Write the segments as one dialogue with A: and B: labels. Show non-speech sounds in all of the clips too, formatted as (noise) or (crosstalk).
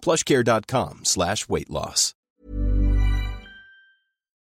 A: plushcare.com slash weight loss.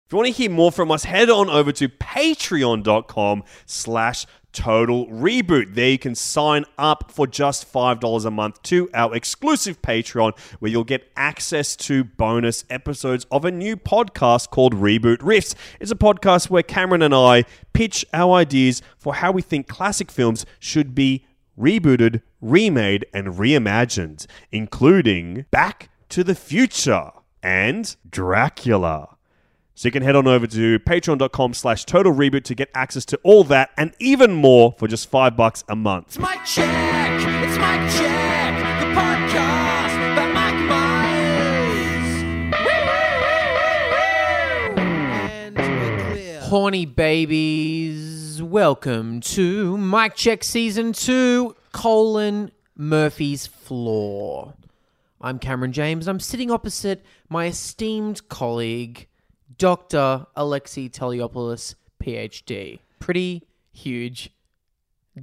B: If you want to hear more from us, head on over to patreon.com slash total reboot. There you can sign up for just $5 a month to our exclusive Patreon, where you'll get access to bonus episodes of a new podcast called Reboot Riffs. It's a podcast where Cameron and I pitch our ideas for how we think classic films should be rebooted, remade, and reimagined, including Back to the Future and Dracula. So you can head on over to patreon.com slash total reboot to get access to all that and even more for just five bucks a month.
C: It's my check. It's my check. The podcast by Mike Myers. And we're clear.
D: Horny babies, welcome to Mike Check Season 2, colon Murphy's Floor. I'm Cameron James. I'm sitting opposite my esteemed colleague, Dr. Alexi Teleopoulos, PhD. Pretty huge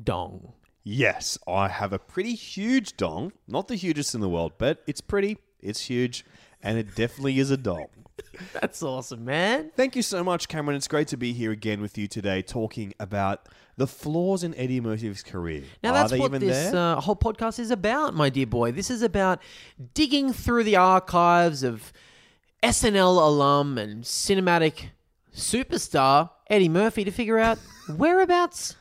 D: dong.
B: Yes, I have a pretty huge dong. Not the hugest in the world, but it's pretty, it's huge, and it definitely is a dong.
D: That's awesome, man.
B: Thank you so much, Cameron. It's great to be here again with you today talking about the flaws in Eddie Murphy's career.
D: Now
B: Are
D: that's
B: they
D: what
B: even
D: this
B: there?
D: uh, whole podcast is about, my dear boy. This is about digging through the archives of SNL alum and cinematic superstar Eddie Murphy to
B: (laughs)
D: figure out whereabouts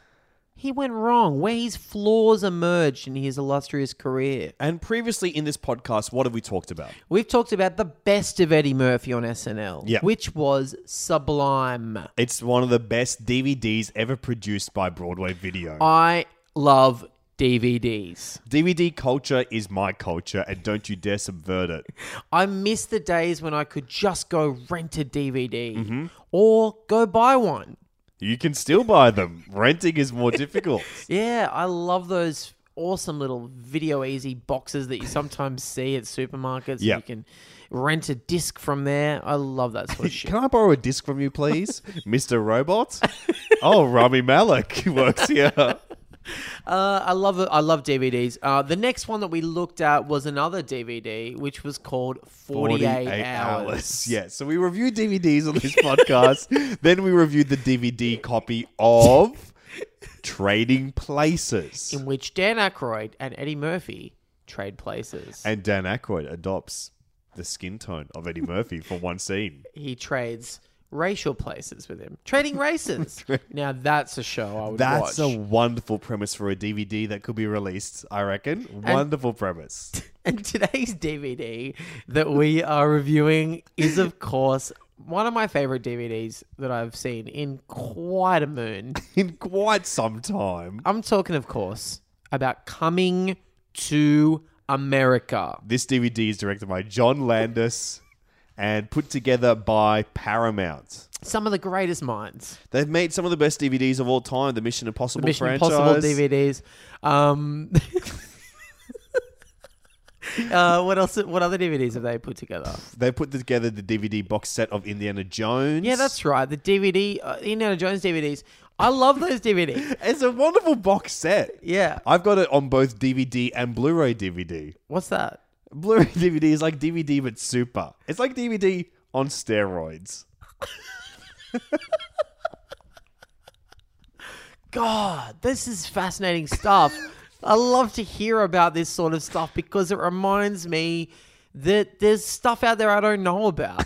D: he went wrong, where his flaws emerged in his illustrious career.
B: and previously in this podcast, what have we talked about?
D: We've talked about the best of Eddie Murphy on SNL,
B: Yeah.
D: which was sublime.
B: It's one of the best DVDs ever produced by Broadway Video.
D: I love DVDs.
B: DVD culture is my culture, and don't you dare subvert it.
D: I miss the days when I could just go rent a DVD or go buy one.
B: You can still buy them. Renting is more difficult.
D: Yeah, I love those awesome little video easy boxes that you sometimes see at supermarkets.
B: Yeah.
D: You can rent a disc from there. I love that sort of
B: (laughs)
D: shit.
B: Can I borrow a disc from you, (laughs) please, Mr. Robot? oh, Rami Malek (laughs) works here.
D: Uh, I love it. I love DVDs. Uh, the next one that we looked at was another DVD, which was called 48, hours.
B: Yeah, so we reviewed DVDs on this
D: (laughs)
B: podcast. then we reviewed the DVD copy of Trading Places.
D: in which Dan Aykroyd and Eddie Murphy trade places.
B: and Dan Aykroyd adopts the skin tone of Eddie Murphy for one scene.
D: he trades racial places with him, trading races.
B: (laughs)
D: now that's a show I would
B: That's
D: watch.
B: a wonderful premise for a DVD that could be released, I reckon. wonderful
D: (laughs)
B: premise.
D: (laughs) And today's DVD that we are reviewing is, of course, one of my favorite DVDs that I've seen in quite a moon.
B: In quite some time.
D: I'm talking, of course, about coming to America.
B: This DVD is directed by John Landis and put together by Paramount.
D: Some of the greatest minds.
B: They've made some of the best DVDs of all time, the Mission Impossible
D: The Mission
B: franchise.
D: Impossible DVDs. Um, (laughs) uh, what else? What other DVDs have they put together?
B: They put together the DVD box set of Indiana Jones.
D: Yeah, that's right. The DVD, uh, Indiana Jones DVDs. I love those
B: (laughs)
D: DVDs.
B: (laughs) It's a wonderful box set.
D: Yeah.
B: I've got it on both DVD and Blu-ray DVD.
D: What's that?
B: Blu-ray (laughs) DVD is like DVD but super. It's like DVD on steroids.
D: God, this is fascinating stuff. I love to hear about this sort of stuff because it reminds me that there's stuff out there I don't know about.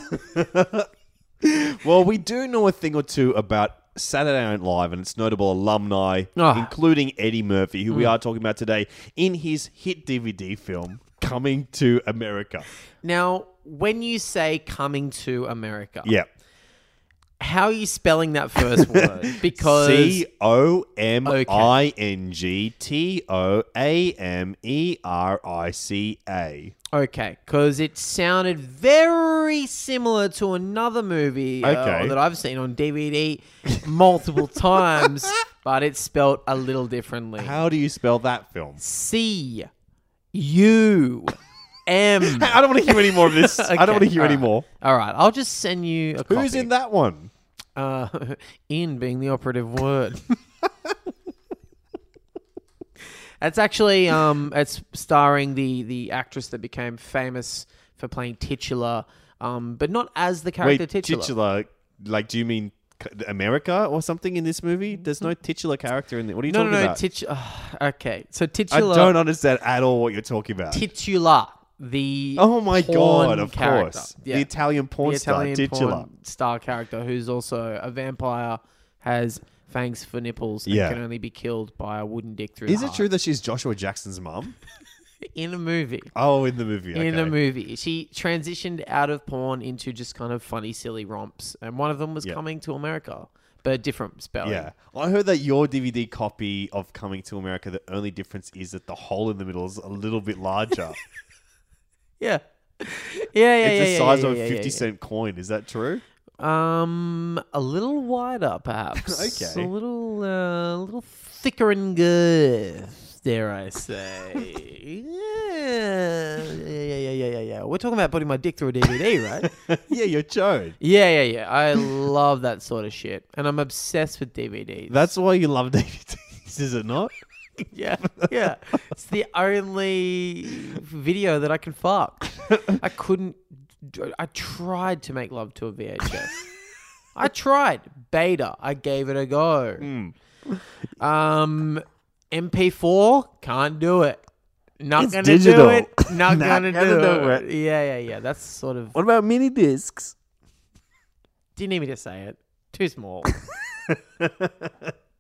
B: Well, we do know a thing or two about Saturday Night Live and its notable alumni,
D: Ah.
B: including Eddie Murphy, who we are talking about today in his hit DVD film, Coming to America.
D: now, when you say coming to America,
B: Yeah.
D: how are you spelling that first word? Because
B: C O M I N G T O A M E R I C A.
D: Okay, because it sounded very similar to another movie uh,
B: Okay.
D: that I've seen on DVD
B: (laughs)
D: multiple times, but it's spelt a little differently.
B: How do you spell that film?
D: C U M.
B: (laughs) I don't want to hear any more of this. (laughs) I don't want to hear any (laughs) more.
D: All right, I'll just send you a
B: Who's
D: copy.
B: in that one?
D: Uh, (laughs) in being the operative word. (laughs) That's actually um, it's starring the the actress that became famous for playing titular, um, but not as the character
B: Wait, titular. Like, do you mean c- America or something in this movie? There's no titular character in there. What are you
D: No, no,
B: talking
D: no.
B: about?
D: Titular. (sighs) okay, so
B: I
D: titular.
B: don't understand at all what you're talking about.
D: Titular. The
B: oh my
D: porn
B: god! Of
D: character.
B: course,
D: Yeah.
B: the Italian porn
D: the Italian
B: star, titular.
D: porn star character who's also a vampire, has fangs for nipples, and
B: Yeah.
D: can only be killed by a wooden dick through.
B: Is it
D: the heart.
B: true that she's Joshua Jackson's mum?
D: in a movie?
B: (laughs) Oh, in the movie.
D: In a
B: okay.
D: movie, she transitioned out of porn into just kind of funny, silly romps, and one of them was
B: Yeah.
D: coming to America, but a different spelling.
B: Yeah, I heard that your DVD copy of Coming to America, the only difference is that the hole in the middle is a little bit larger.
D: (laughs) yeah, yeah, (laughs) yeah. yeah,
B: it's the
D: yeah,
B: size
D: yeah,
B: of
D: yeah,
B: a
D: yeah,
B: fifty cent
D: yeah.
B: coin. Is that true? (laughs)
D: Um, a little wider, perhaps.
B: (laughs) Okay.
D: A little, uh, a little thicker in girth, dare I say? yeah, yeah, yeah, yeah, yeah, yeah. We're talking about putting my dick through a DVD,
B: (laughs)
D: right?
B: yeah, you're Joe.
D: yeah, yeah, yeah. I love that sort of shit, and I'm obsessed with DVDs.
B: That's why you love (laughs) DVDs, is it not? (laughs)
D: yeah, yeah. It's the only video that I can fuck. I couldn't. do- I tried to make love to a VHS.
B: (laughs)
D: I tried beta. I gave it a go.
B: Hmm.
D: Um, MP4 can't do it. Not
B: It's
D: gonna
B: digital. (laughs)
D: do it. Not,
B: Not
D: gonna,
B: gonna
D: do,
B: do
D: it. Yeah, yeah, yeah. That's sort of.
B: What about mini discs?
D: Do you need me to say it?
B: (laughs)
D: Too small.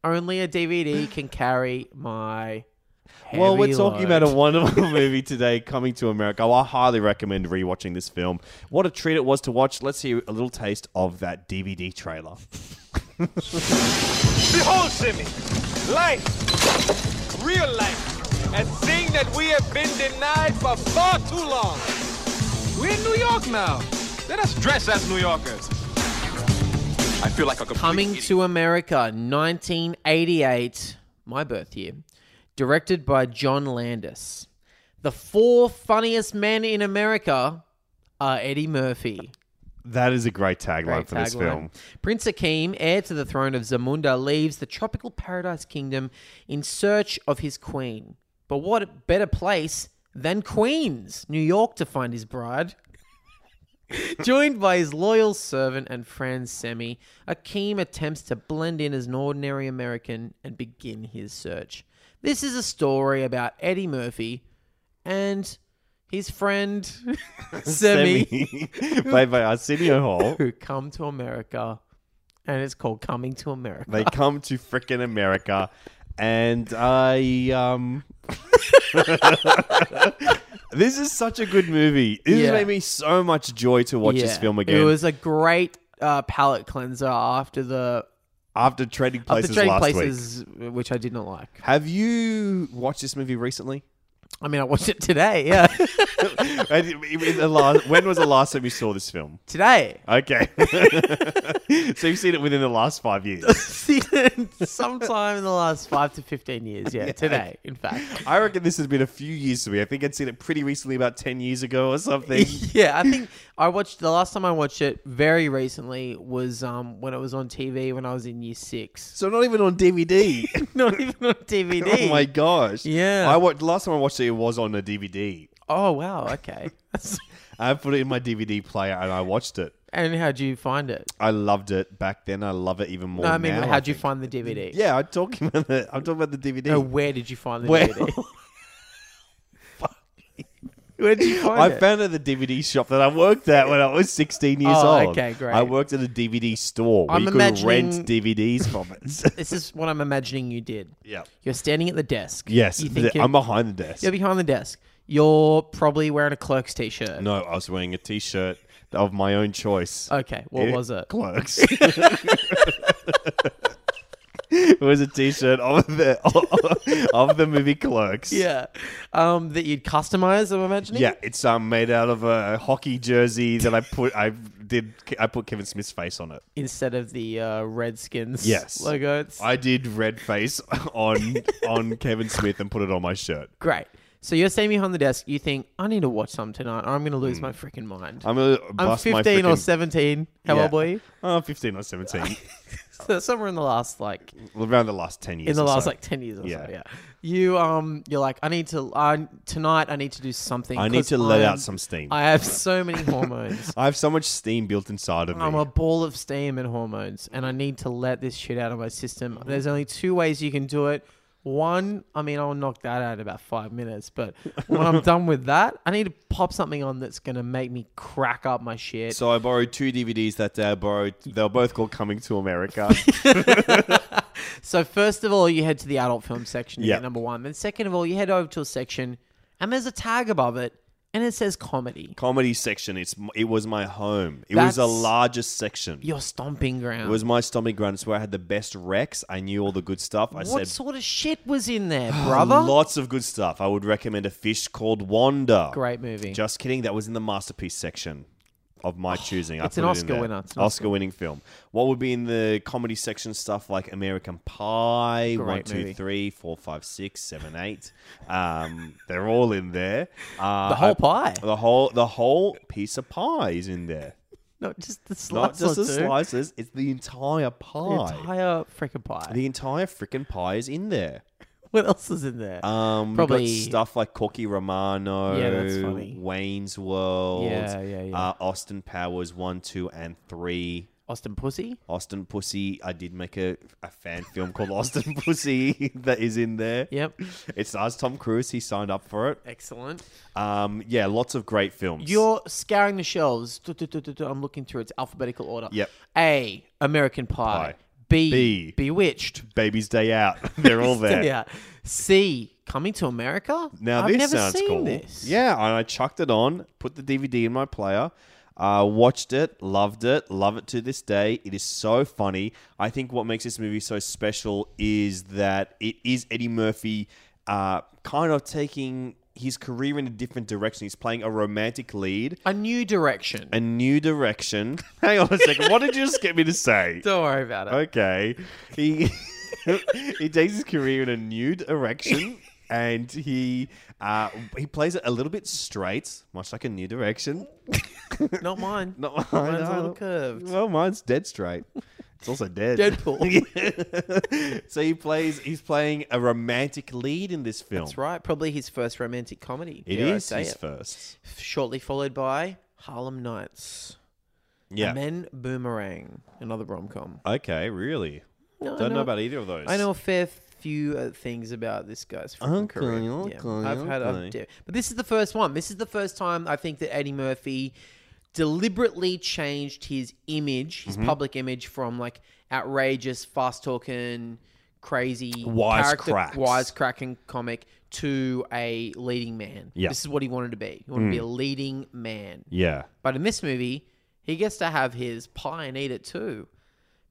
D: Only a DVD can carry my.
B: Well, we're
D: heavy
B: talking about
D: load.
B: a wonderful
D: (laughs)
B: movie today, Coming to America. I highly recommend rewatching this film. What a treat it was to watch. Let's hear a little taste of that DVD trailer.
E: Behold, Jimmy, life, real life, a thing that we have been denied for far too long. We're in New York now. Let us dress as New Yorkers. I feel like a complete
D: Coming
E: idiot.
D: to America, 1988, my birth year, directed by John Landis. The four funniest men in America are Eddie Murphy.
B: That is a great tagline for this
D: Tagline.
B: film.
D: Prince Akeem, heir to the throne of Zamunda, leaves the tropical paradise kingdom in search of his queen. But what better place than Queens, New York, to find his bride? (laughs) Joined by his loyal servant and friend Semi, Akeem attempts to blend in as an ordinary American and begin his search. This is a story about Eddie Murphy and his friend (laughs) Semi
B: (laughs) Played by Arsenio Hall.
D: who come to America, and it's called Coming to America. (laughs)
B: They come to frickin' America, and I um. (laughs) this is such a good movie. This
D: Yeah.
B: made me so much joy to watch this
D: Yeah.
B: film again
D: It was a great uh, palate cleanser after the
B: after Trading
D: after
B: Places
D: trading
B: last week.
D: places, which I did not like.
B: Have you watched this movie recently?
D: I mean, I watched it today.
B: (laughs)
D: Yeah,
B: And in- in the last- when was the last time you saw this film?
D: today. (laughs)
B: Okay, (laughs) so you've seen it within the last five years.
D: Seen it Sometime in the last five to fifteen years. Yeah, today. In fact.
B: I reckon this has been a few years for me. I think I'd seen it pretty recently, about ten years ago or
D: (laughs)
B: something.
D: Yeah, I think I watched the last time I watched it very recently was um, when it was on TV when I was in year six.
B: (laughs) so not even on DVD.
D: (laughs) Not even on
B: (laughs)
D: DVD.
B: Oh my gosh!
D: Yeah.
B: I watched last time I watched it. It was on a DVD.
D: Oh, wow.
B: (laughs)
D: Okay.
B: I put it in my DVD player and I watched it.
D: and how'd you find it?
B: I loved it back then. I love it even more.
D: No, I mean,
B: now,
D: how'd you
B: think.
D: find the DVD?
B: Yeah, I'm talking about the. I'm talking about the DVD. (laughs)
D: (laughs) No, where did you find the
B: Well-
D: DVD? Where'd you find
B: I
D: it?
B: found it at the DVD shop that I worked at when I was 16 years
D: Oh,
B: old.
D: okay, great.
B: I worked at a DVD store where
D: I'm
B: you could
D: imagining-
B: rent DVDs from
D: (laughs)
B: it. (laughs)
D: this is what I'm imagining you did.
B: yeah.
D: You're standing at the desk.
B: Yes,
D: You
B: th-
D: think
B: I'm behind the desk.
D: you're behind the desk. You're probably wearing a clerk's t-shirt.
B: No, I was wearing a T-shirt of my own choice.
D: Okay, what was it? (laughs)
B: Clerks. it was a T-shirt of the of, the (laughs) movie Clerks.
D: Yeah, um, that you'd customize. I'm imagining.
B: Yeah, it's um made out of a hockey jersey that I put I did I put Kevin Smith's face on it.
D: Instead of the uh, Redskins.
B: Yes.
D: Logo. uh, It's
B: I did red face (laughs) on on Kevin Smith and put it on my shirt.
D: great. So you're standing behind the desk. You think I need to watch some tonight, or I'm going to lose my freaking mind.
B: Hmm. I'm gonna
D: I'm
B: bust my
D: 15 or
B: frickin-
D: 17. How
B: Yeah.
D: old were you?
B: Oh, 15 or
D: (laughs)
B: 17.
D: So somewhere in the last like
B: around the last 10 years.
D: in the
B: or
D: last
B: so.
D: like 10 years or
B: Yeah.
D: so. Yeah. You um you're like I need to I tonight I need to do something.
B: I need
D: 'cause
B: to let
D: I'm-
B: out some steam.
D: I have so many
B: (laughs)
D: hormones.
B: I have so much steam built inside of me.
D: I'm a ball of steam and hormones, and I need to let this shit out of my system. There's only two ways you can do it. One, I mean, I'll knock that out in about five minutes, but when
B: (laughs)
D: I'm done with that, I need to pop something on that's gonna make me crack up my shit.
B: So I borrowed two DVDs that day. I borrowed. They were both called "Coming to
D: (laughs)
B: America."
D: So first of all, you head to the adult film section to
B: Yeah.
D: get number one. Then second of all, you head over to a section, and there's a tag above it, and it says comedy.
B: Comedy section. It's m- it was my home. It was the
D: That's-
B: largest section.
D: Your stomping ground.
B: It was my stomach ground. It's where I had the best recs. I knew all the good stuff. I
D: what
B: said Oh,
D: sort of shit was in there, brother?
B: lots of good stuff. I would recommend a fish called Wanda.
D: Great movie.
B: Just kidding. That was in the masterpiece section of my choosing. I
D: Oh, it's an
B: put it in
D: Oscar
B: there.
D: winner. It's an Oscar-
B: Oscar-winning film. What would be in the comedy section? Stuff like American Pie, one,
D: Great
B: two,
D: movie.
B: three, four, five, six, seven, eight. Um, they're all in there. Uh,
D: the whole pie,
B: The whole the whole piece of pie is in there.
D: not just the
B: Not
D: slice.
B: just
D: or
B: the
D: two.
B: slices. It's the entire
D: The
B: pie.
D: entire freaking pie.
B: The entire freaking pie is in there.
D: what else is in there?
B: Um, Probably
D: Probably-
B: stuff like Corky Romano,
D: Yeah, that's funny.
B: Wayne's World,
D: Yeah, yeah, yeah.
B: Uh, Austin Powers one, two, and three.
D: Austin Pussy.
B: Austin Pussy. I did make a, a fan film
D: (laughs)
B: called Austin Pussy that is in there.
D: Yep.
B: It stars Tom Cruise. He signed up for it.
D: Excellent.
B: Um, yeah, lots of great films.
D: You're scouring the shelves. Du- du- du- du- du- I'm looking through its alphabetical order.
B: Yep.
D: A. American Pie.
B: Pie.
D: B,
B: B.
D: Bewitched.
B: Baby's Day Out. (laughs) They're all there.
D: Yeah. C. Coming to America.
B: Now
D: I've
B: this
D: never
B: sounds
D: seen
B: cool.
D: This.
B: Yeah, and I chucked it on, put the DVD in my player, uh, watched it, loved it, love it to this day. It is so funny. I think what makes this movie so special is that it is Eddie Murphy, uh, kind of taking his career in a different direction. He's playing a romantic lead,
D: A new direction.
B: a new direction. (laughs) Hang on a second. What did you just get me to say?
D: Don't worry about it.
B: okay. He (laughs) he takes his career in a new direction,
D: (laughs)
B: and he uh, he plays it a little bit straight, much like a new direction.
D: Not mine.
B: Not
D: Mine's a little curved.
B: Well, mine's dead straight. It's also dead.
D: Deadpool.
B: (laughs) so he plays. He's playing a romantic lead in this film.
D: That's right. Probably his first romantic comedy.
B: It
D: dare I
B: is
D: say
B: his
D: it.
B: first.
D: Shortly followed by Harlem Nights.
B: Yeah.
D: And then Boomerang, another rom com.
B: okay. Really.
D: No, I
B: Don't know,
D: know-
B: about either of those.
D: I know a fair few uh, things about this guy's freaking
B: Okay,
D: career. Yeah,
B: okay,
D: I've had,
B: okay.
D: I've de- but this is the first one. This is the first time I think that Eddie Murphy deliberately changed his image,
B: Mm-hmm.
D: his public image, from like outrageous, fast talking, crazy,
B: Wisecracks.
D: wise cracking comic to a leading man.
B: Yeah. Mm.
D: this is what he wanted to be. He wanted to be a leading man.
B: Yeah.
D: But in this movie, he gets to have his pie and eat it too.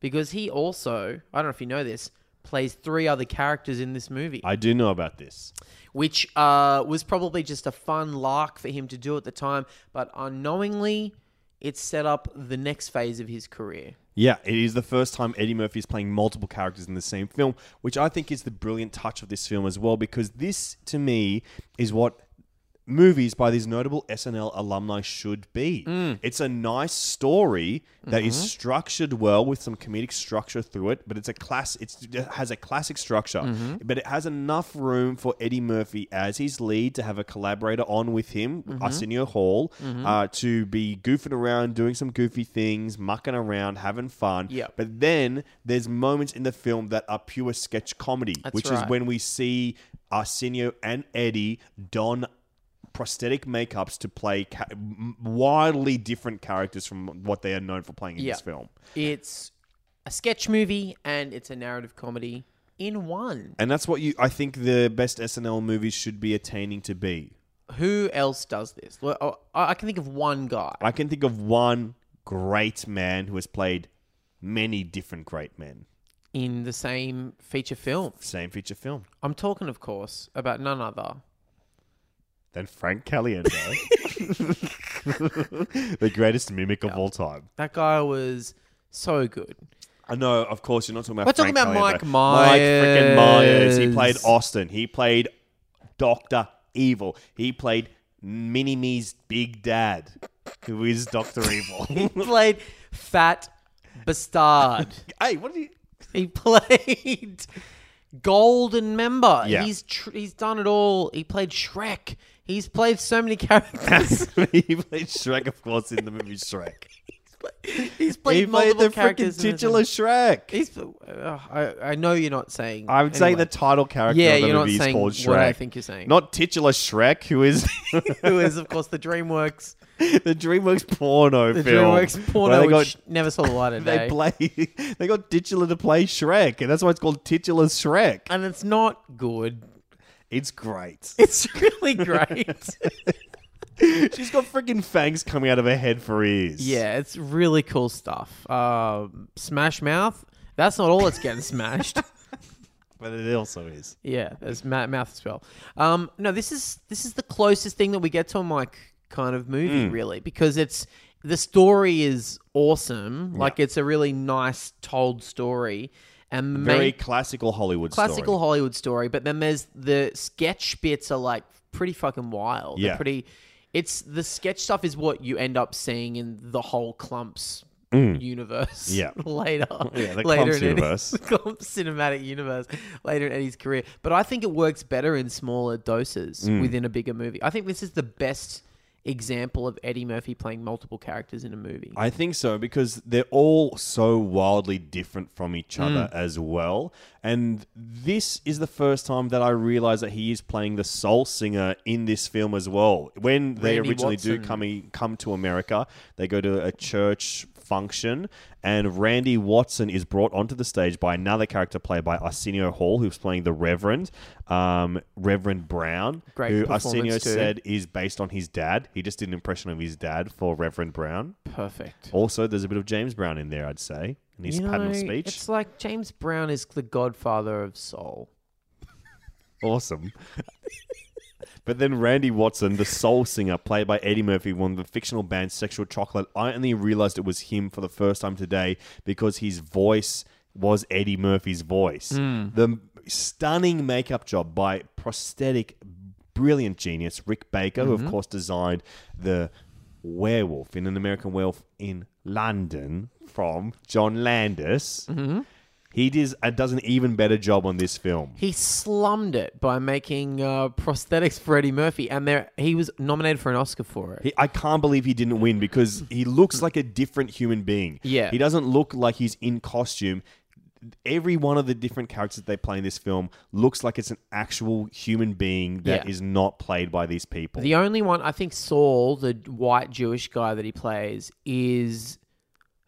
D: Because he also, I don't know if you know this, plays three other characters in this movie,
B: I do know about this.
D: which uh, was probably just a fun lark for him to do at the time. But unknowingly, it set up the next phase of his career.
B: Yeah, it is the first time Eddie Murphy is playing multiple characters in the same film, which I think is the brilliant touch of this film as well, because this, to me, is what movies by these notable SNL alumni should be. It's a nice story that is structured well with some comedic structure through it, but it's a class it's, it has a classic structure, but it has enough room for Eddie Murphy as his lead to have a collaborator on with him, Arsenio Hall, uh, to be goofing around, doing some goofy things, mucking around, having fun.
D: Yep.
B: But then there's moments in the film that are pure sketch comedy, which is
D: right.
B: when we see Arsenio and Eddie don prosthetic makeups to play ca- m- wildly different characters from what they are known for playing in
D: Yeah.
B: this film.
D: It's a sketch movie and it's a narrative comedy in one.
B: And that's what you I think the best SNL movies should be attaining to be.
D: Who else does this? Well, oh, I I can think of one guy.
B: I can think of one great man who has played many different great men.
D: in the same feature film.
B: Same feature film.
D: I'm talking, of course, about none other.
B: Then Frank Caliendo. (laughs) the greatest mimic of all time.
D: That guy was so good.
B: I know, of course, you're not talking about.
D: We're
B: Frank
D: talking about
B: Caliendo.
D: Mike
B: Mike freaking Myers. He
D: Myers.
B: played Austin. He played Doctor Evil. He played Mini Me's big dad, who is Doctor
D: (laughs)
B: Evil.
D: He played Fat
B: (laughs)
D: Bastard.
B: hey, what did he?
D: he played Golden Member.
B: Yeah.
D: He's tr- he's done it all. He played Shrek. He's played so
B: (laughs)
D: many characters.
B: he played Shrek, of course, in the movie Shrek.
D: he's played,
B: he played
D: multiple
B: the
D: characters.
B: freaking
D: in this
B: titular
D: one.
B: Shrek.
D: He's. Uh, I I know you're not saying.
B: I'm saying
D: anyway.
B: the title character
D: Yeah,
B: of the
D: you're not
B: movie is
D: saying
B: called Shrek.
D: what I think you're saying.
B: Not titular Shrek, who is
D: (laughs)
B: (laughs)
D: who is of course the DreamWorks.
B: the DreamWorks porno
D: The
B: film.
D: DreamWorks
B: where
D: porno,
B: They got
D: which never saw the light of
B: they
D: day.
B: play. (laughs) They got titular to play Shrek, and that's why it's called titular Shrek.
D: and it's not
B: (laughs)
D: good.
B: It's great.
D: It's
B: (laughs)
D: really great.
B: She's got freaking fangs coming out of her head for ears.
D: yeah, it's really cool stuff. Um, Smash Mouth. That's not all that's getting smashed.
B: but it also is.
D: Yeah, there's ma- mouth as well. Um, no, this is this is the closest thing that we get to a Mike kind of movie, really, because it's the story is awesome. Like it's a really nice told story, and the
B: Very
D: main-
B: classical Hollywood
D: classical
B: story.
D: Hollywood story, but then there's the sketch bits are like pretty fucking wild. They're
B: Yeah.
D: pretty. It's the sketch stuff is what you end up seeing in the whole clumps universe.
B: Mm. Yeah.
D: (laughs) later.
B: (laughs) Yeah, the
D: later
B: Clumps
D: in Eddie-
B: universe.
D: the (laughs) clumps cinematic universe later in Eddie's career. But I think it works better in smaller doses
B: Mm.
D: within a bigger movie. I think this is the best example of Eddie Murphy playing multiple characters in a movie.
B: I think so because they're all so wildly different from
D: Mm.
B: each other as well. And this is the first time that I realize that he is playing the soul singer in this film as well. When they
D: Randy
B: originally do
D: Watson.
B: come in- come to America, they go to a church function and Randy Watson is brought onto the stage by another character played by Arsenio Hall who's playing the Reverend um, Reverend Brown
D: Great
B: who
D: performance
B: Arsenio
D: too.
B: said is based on his dad. He just did an impression of his dad for Reverend Brown.
D: Perfect.
B: Also, there's a bit of James Brown in there, I'd say, in his
D: You know,
B: pattern of speech.
D: It's like James Brown is the godfather of soul.
B: Awesome. but then Randy Watson, the soul singer, played by Eddie Murphy, won the fictional band Sexual Chocolate. I only realized it was him for the first time today because his voice was Eddie Murphy's voice. The stunning makeup job by prosthetic, brilliant genius Rick Baker, who, of course, designed the werewolf in an American werewolf in London from John Landis. He does, uh, does an even better job on this film.
D: He slummed it by making uh, prosthetics for Eddie Murphy, and there he was nominated for an Oscar for it.
B: He, I can't believe he didn't win because he looks like a different human being.
D: Yeah.
B: He doesn't look like he's in costume. Every one of the different characters that they play in this film looks like it's an actual human being that is
D: Yeah.
B: not played by these people.
D: the only one I think Saul, the white Jewish guy that he plays, is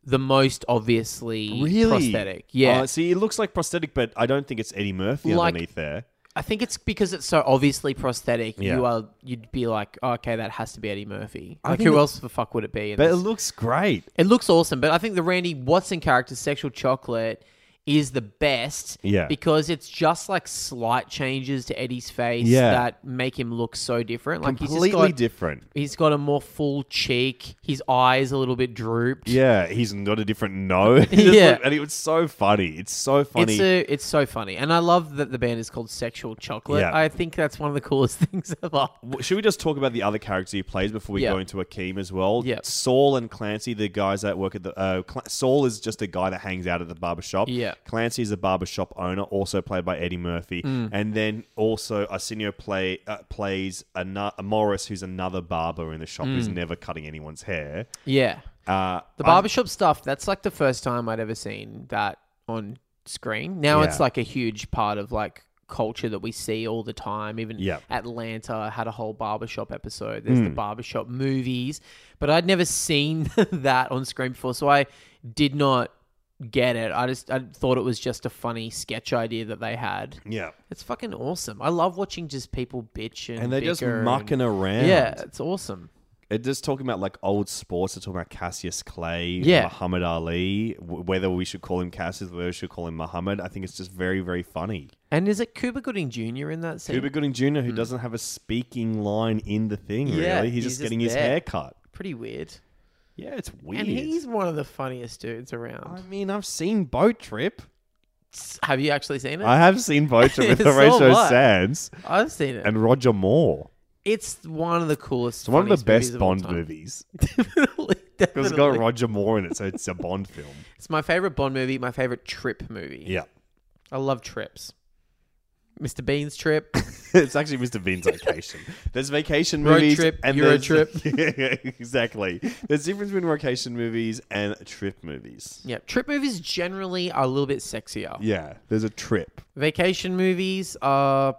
D: the most obviously prosthetic. Yeah,
B: Uh, see, it looks like prosthetic, but I don't think it's Eddie Murphy
D: Like-
B: underneath there.
D: I think it's because it's so obviously prosthetic.
B: Yeah.
D: You are you'd be like, "Oh, okay, that has to be Eddie Murphy.
B: I
D: Like,
B: think
D: who
B: it-
D: else the fuck would it be? in
B: But it
D: this?
B: looks great.
D: It looks awesome, but I think the Randy Watson character, Sexual Chocolate, is the best.
B: Yeah.
D: Because it's just like slight changes to Eddie's face
B: Yeah.
D: that make him look so different. Like he's
B: Completely
D: just got,
B: different.
D: He's got a more full cheek. His eyes a little bit drooped.
B: Yeah, he's got a different nose. (laughs) He just
D: Yeah.
B: looked- and it was so funny. It's so funny.
D: It's a, it's so funny, and I love that the band is called Sexual Chocolate.
B: Yeah.
D: I think that's one of the coolest (laughs) things ever.
B: W- Should we just talk about the other character he plays before we
D: Yeah.
B: go into Akeem as well?
D: Yeah.
B: Saul and Clancy, the guys that work at the. Uh, Cl- Saul is just a guy that hangs out at the barbershop.
D: Yeah.
B: Clancy is a barbershop owner, also played by Eddie Murphy.
D: Mm.
B: And then also Arsenio play, uh, plays ano- Morris, who's another barber in the shop
D: Mm.
B: who's never cutting anyone's hair.
D: Yeah,
B: Uh,
D: the barbershop stuff. That's like the first time I'd ever seen that on screen. Now
B: Yeah.
D: it's like a huge part of like culture that we see all the time. Even
B: Yep. Hmm.
D: Atlanta had a whole barbershop episode. There's the barbershop movies, but I'd never seen (laughs) that on screen before, so I did not get it. I just I thought it was just a funny sketch idea that they had.
B: Yeah.
D: It's fucking awesome. I love watching just people bitch and
B: And they're just
D: bicker
B: mucking
D: and-
B: around.
D: Yeah, it's awesome.
B: It just talking about like old sports. They're talking about Cassius Clay,
D: Yeah.
B: Muhammad Ali. w- Whether we should call him Cassius, whether we should call him Muhammad. I think it's just very, very funny.
D: And is it Cuba Gooding Jr. in that scene?
B: Cuba Gooding Jr., who doesn't have a speaking line in the thing,
D: Hmm. Yeah,
B: really. He's,
D: he's
B: just,
D: just
B: getting his
D: there.
B: hair cut.
D: Pretty weird.
B: Yeah, it's weird.
D: And he's one of the funniest dudes around.
B: I mean, I've seen Boat Trip.
D: Have you actually seen it?
B: I have seen Boat Trip with
D: (laughs) So
B: Horatio
D: what?
B: Sands
D: I've seen it.
B: and Roger Moore.
D: It's one of the coolest.
B: It's one of the best
D: funniest movies all
B: Bond
D: time.
B: movies
D: (laughs) definitely,
B: because it's
D: definitely.
B: got Roger Moore in it, so it's a Bond
D: (laughs)
B: film.
D: It's my favorite Bond movie. My favorite trip movie.
B: Yeah,
D: I love trips. Mr.
B: (laughs)
D: Bean's trip.
B: it's actually Mr. Bean's vacation. There's vacation movies
D: trip,
B: and
D: Euro
B: there's- (laughs)
D: trip.
B: yeah, exactly. There's difference between vacation movies and trip movies.
D: yeah, trip movies generally are a little bit sexier.
B: Yeah, there's a trip,
D: Vacation movies are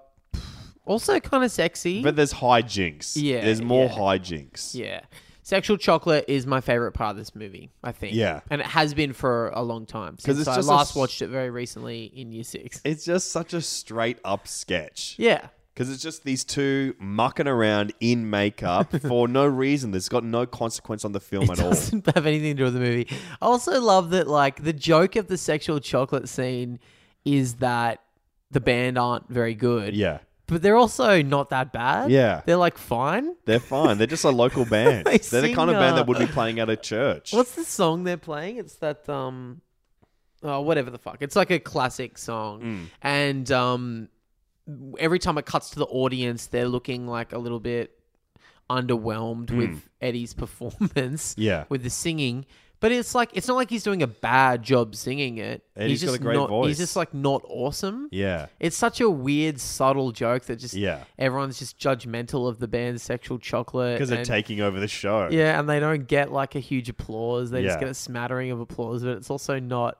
D: also kind of sexy.
B: but there's hijinks.
D: Yeah,
B: there's more
D: yeah.
B: hijinks.
D: yeah. Sexual chocolate is my favorite part of this movie, I think.
B: Yeah.
D: And it has been for a long time. Since
B: it's
D: I
B: just a
D: last
B: s-
D: watched it very recently in year six.
B: It's just such a straight up sketch.
D: Yeah.
B: Because it's just these two mucking around in
D: (laughs)
B: makeup for no reason. There's got no consequence on the film
D: It
B: at all.
D: doesn't (laughs) have anything to do with the movie. I also love that like the joke of the sexual chocolate scene is that the band aren't very good.
B: Yeah.
D: But they're also not that bad.
B: Yeah.
D: They're like fine.
B: They're fine. They're just a
D: (laughs)
B: local band.
D: They
B: They're the
D: sing,
B: kind of band
D: uh,
B: that would be playing at a church.
D: What's the song they're playing? It's that um oh whatever the fuck. It's like a classic song.
B: Mm.
D: And um every time it cuts to the audience, they're looking like a little bit underwhelmed with Eddie's (laughs) performance.
B: Mm. Yeah.
D: With the singing. But it's like it's not like he's doing a bad job singing it.
B: Eddie's
D: he's
B: got
D: just
B: a great
D: not,
B: voice.
D: He's just like not awesome.
B: yeah.
D: It's such a weird, subtle joke that just
B: Yeah.
D: everyone's just judgmental of the band's sexual chocolate
B: Because they're
D: and-
B: taking over the show.
D: yeah, and they don't get like a huge applause. They just
B: Yeah.
D: get a smattering of applause, but it's also not.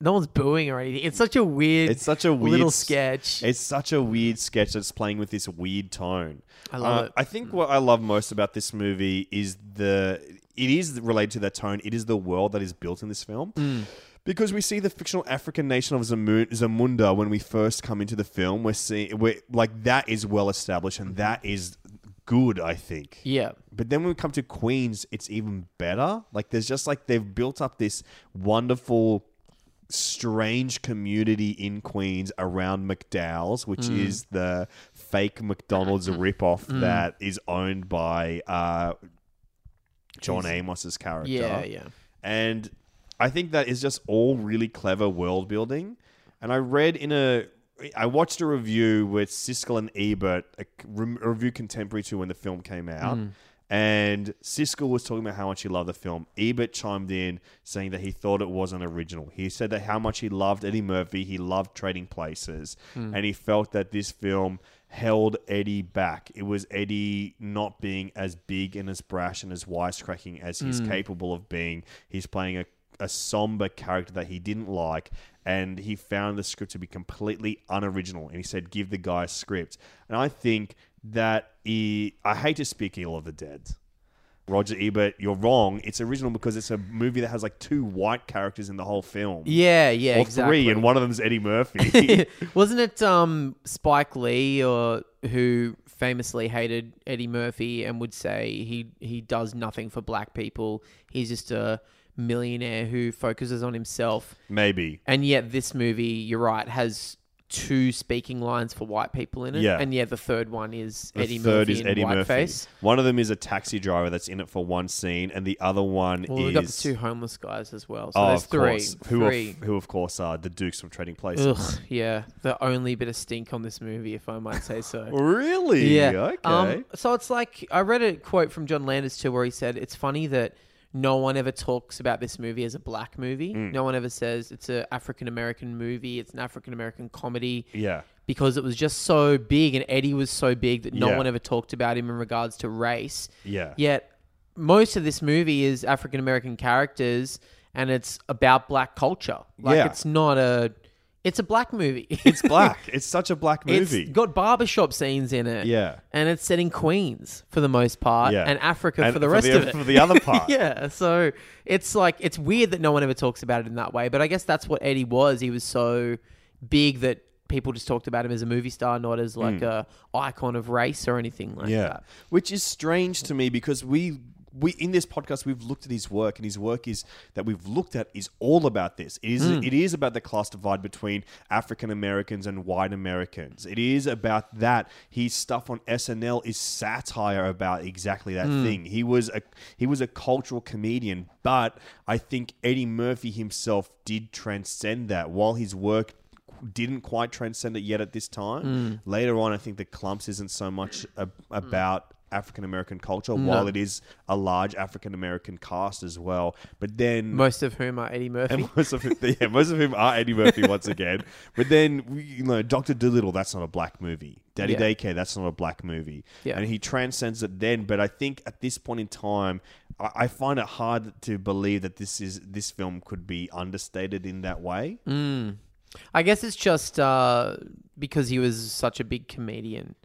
D: No one's booing or anything. It's such a weird.
B: It's such a weird
D: little
B: s-
D: sketch.
B: It's such a weird sketch that's playing with this weird tone. Uh,
D: I love it.
B: I think what I love most about this movie is the. It is related to that tone. It is the world that is built in this film.
D: Mm.
B: Because we see the fictional African nation of Zamu- Zamunda when we first come into the film. We're seeing, we're, like, that is well established and that is good, I think.
D: yeah,
B: But then when we come to Queens, it's even better. Like there's just like they've built up this wonderful strange community in Queens around McDowell's, which
D: Mm.
B: is the fake
D: (laughs)
B: McDonald's ripoff that is owned by uh, John Amos's character.
D: yeah, yeah.
B: And I think that is just all really clever world building. And I read in a, I watched a review with Siskel and Ebert, a, re- a review contemporary to when the film came out. And Siskel was talking about how much he loved the film. Ebert chimed in saying that he thought it wasn't original. He said that how much he loved Eddie Murphy, he loved Trading Places, and he felt that this film held Eddie back. It was Eddie not being as big and as brash and as wisecracking as
D: Hmm.
B: he's capable of being. He's playing a, a somber character that he didn't like, and he found the script to be completely unoriginal. And he said, "Give the guy a script." And I think that he, I hate to speak ill of the dead. Roger Ebert, you're wrong. It's original because it's a movie that has like two white characters in the whole film.
D: Yeah, yeah,
B: or
D: exactly.
B: three, and one of them's Eddie
D: (laughs)
B: Murphy.
D: Wasn't it um, Spike Lee or who famously hated Eddie Murphy and would say he he does nothing for black people. He's just a millionaire who focuses on himself.
B: Maybe.
D: And yet, this movie, you're right, has two speaking lines for white people in it.
B: Yeah.
D: And yet, the third one is
B: The
D: Eddie
B: third
D: Murphy
B: is
D: in
B: Eddie Murphy.
D: whiteface.
B: One of them is a taxi driver that's in it for one scene, and the other one
D: Well,
B: is
D: we've got the two homeless guys as well. So
B: Oh,
D: there's
B: of
D: three.
B: course. Who,
D: three.
B: Of, who of course are the Dukes from Trading Places.
D: Ugh, yeah. The only bit of stink on this movie, if I might say so.
B: Really?
D: (laughs) yeah.
B: Okay.
D: Um, so it's like I read a quote from John Landis too, where he said, "It's funny that." No one ever talks about this movie as a black movie.
B: Mm.
D: No one ever says it's an African American movie. It's an African American comedy. (laughs)
B: yeah.
D: because it was just so big and Eddie was so big that no
B: Yeah.
D: one ever talked about him in regards to race.
B: Yeah.
D: Yet most of this movie is African American characters and it's about black culture. Like
B: Yeah.
D: it's not a It's a black movie. (laughs)
B: It's black. it's such a black movie.
D: It's got barbershop scenes in it.
B: Yeah.
D: And it's set in Queens for the most part
B: Yeah.
D: and Africa
B: And
D: for the rest of it.
B: For the other part.
D: (laughs) yeah. So it's like, it's weird that no one ever talks about it in that way. But I guess that's what Eddie was. He was so big that people just talked about him as a movie star, not as like a icon of race or anything like
B: Hmm. Yeah.
D: that.
B: Which is strange to me because we we in this podcast we've looked at his work and his work is that we've looked at is all about this. It is it is about the class divide between African Americans and white Americans. It is about that. His stuff on SNL is satire about exactly that thing. He was a he was a cultural comedian, but I think Eddie Murphy himself did transcend that while his work didn't quite transcend it yet at this time.
D: Hmm.
B: Later on, I think the clumps isn't so much a, about African American culture, while it is a large African American cast as well. But then.
D: Most of whom are Eddie
B: (laughs)
D: Murphy.
B: and most of it, yeah, most of whom are Eddie Murphy once
D: (laughs)
B: again. But then, we- you know, Doctor Dolittle, that's not a black movie. Daddy
D: Yeah.
B: Daycare, that's not a black movie.
D: Yeah.
B: And he transcends it then. But I think at this point in time, I, I find it hard to believe that this is this film could be understated in that way.
D: I guess it's just uh, because he was such a big comedian.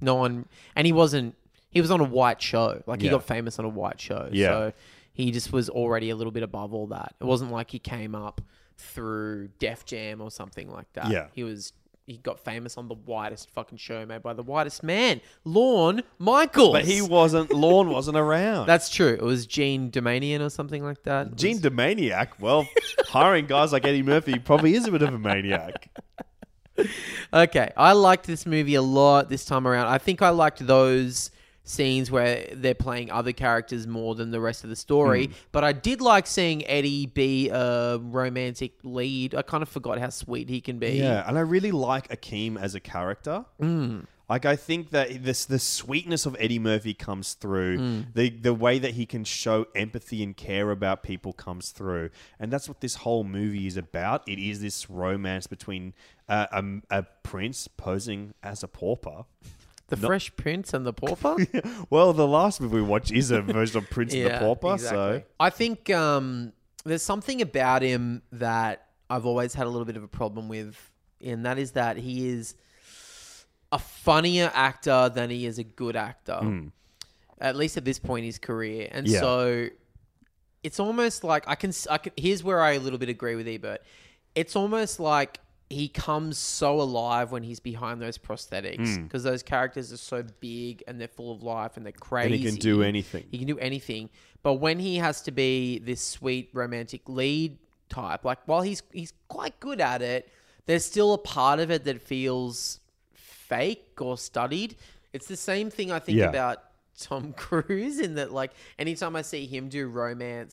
D: No one, and he wasn't. He was on a white show. Like he
B: Yeah.
D: got famous on a white show.
B: Yeah.
D: So he just was already a little bit above all that. It wasn't like he came up through Def Jam or something like that.
B: Yeah.
D: He was. He got famous on the whitest fucking show made by the whitest man, Lorne Michaels.
B: But he wasn't. (laughs) Lorne wasn't around.
D: That's true. It was Gene Domanian or something like that. It
B: Gene
D: was-
B: the maniac. Well, hiring guys like Eddie Murphy probably is a bit of a maniac.
D: Okay, I liked this movie a lot this time around. I think I liked those scenes where they're playing other characters more than the rest of the story. But I did like seeing Eddie be a romantic lead. I kind of forgot how sweet he can be.
B: Yeah, and I really like Akeem as a character. Like I think that this the sweetness of Eddie Murphy comes through. The the way that he can show empathy and care about people comes through, and that's what this whole movie is about. It is this romance between uh, a, a prince posing as a pauper.
D: The Fresh Prince and the Pauper.
B: Well, the last movie we watched is a version of Prince and the Pauper, so
D: I think um, there's something about him that I've always had a little bit of a problem with, and that is that he is a funnier actor than he is a good actor. At least at this point in his career, and
B: Hmm. Yeah.
D: so it's almost like I can, s- I can. Here's where I a little bit agree with Ebert. It's almost like he comes so alive when he's behind those prosthetics
B: Hmm.
D: because those characters are so big and they're full of life and they're crazy.
B: he can do anything.
D: He can do anything. But when he has to be this sweet romantic lead type, like while he's he's quite good at it, there's still a part of it that feels fake or studied. It's the same thing I think
B: Yeah.
D: about Tom (laughs) Cruise in that like anytime I see him do romance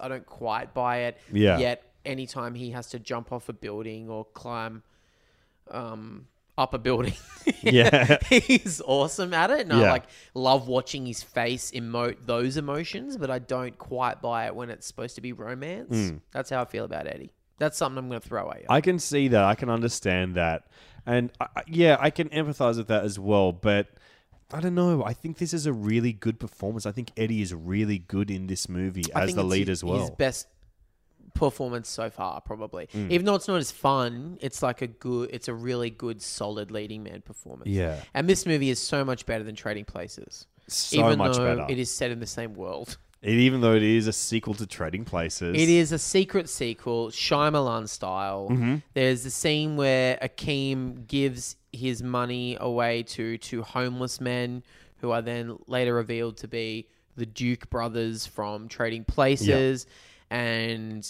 D: I don't quite buy it.
B: Yeah.
D: Yet, anytime he has to jump off a building or climb um, up a building, (laughs)
B: Yeah.
D: he's awesome at it. And I
B: Yeah.
D: like love watching his face emote those emotions, but I don't quite buy it when it's supposed to be romance.
B: Hmm.
D: That's how I feel about Eddie. That's something I'm going to throw at you.
B: I can see that. I can understand that. And I, I- yeah, I can empathize with that as well. But I don't know. I think this is a really good performance. I think Eddie is really good in this movie
D: I
B: as
D: think
B: the
D: it's
B: lead
D: his-
B: as well.
D: His best performance so far, probably.
B: Mm.
D: Even though it's not as fun, it's like a good, it's a really good, solid leading man performance.
B: Yeah.
D: And this movie is so much better than Trading Places.
B: so
D: even
B: much
D: though
B: better.
D: It is set in the same world.
B: It- even though it is a sequel to Trading Places.
D: It is a secret sequel, Shyamalan style. There's a scene where Akeem gives his money away to two homeless men who are then later revealed to be the Duke brothers from Trading Places. And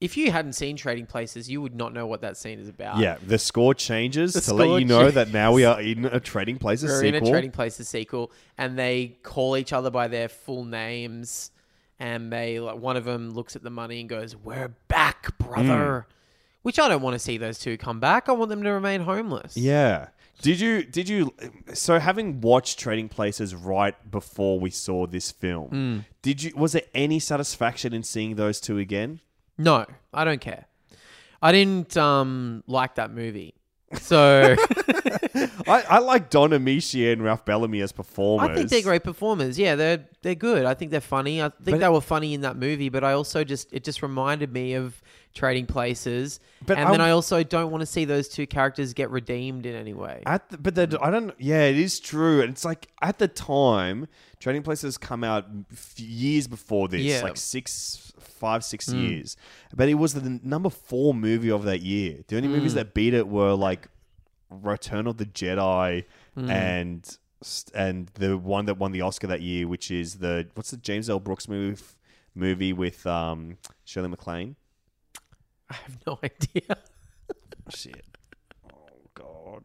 D: if you hadn't seen Trading Places, you would not know what that scene is about.
B: Yeah, the score changes
D: The
B: to let
D: score
B: you know that now we are in a Trading Places
D: We're in
B: sequel.
D: a Trading Places sequel, and they call each other by their full names, and they like one of them looks at the money and goes, "We're back,
B: Hmm.
D: brother," which I don't want to see those two come back. I want them to remain homeless.
B: Yeah. Did you did you so having watched Trading Places right before we saw this film?
D: Mm.
B: Did you was there any satisfaction in seeing those two again?
D: No, I don't care. I didn't um, like that movie,
B: (laughs)
D: so
B: I, I like Don Amici and Ralph Bellamy as performers.
D: I think they're great performers. Yeah, they're they're good. I think they're funny. I think
B: But-
D: they were funny in that movie, but I also just it just reminded me of Trading Places.
B: But
D: and
B: I
D: then I
B: w-
D: also don't want to see those two characters get redeemed in any way.
B: At the, but they I don't. Yeah, it is true. And it's like at the time, Trading Places come out f- years before this,
D: Yeah. Mm.
B: like six, five, six years. But it was the number four movie of that year. The only
D: Mm.
B: movies that beat it were like Return of the Jedi
D: Mm.
B: and and the one that won the Oscar that year, which is the what's the James L. Brooks movie movie with um, Shirley MacLaine.
D: (laughs) I have no idea.
B: (laughs) Shit. Oh god.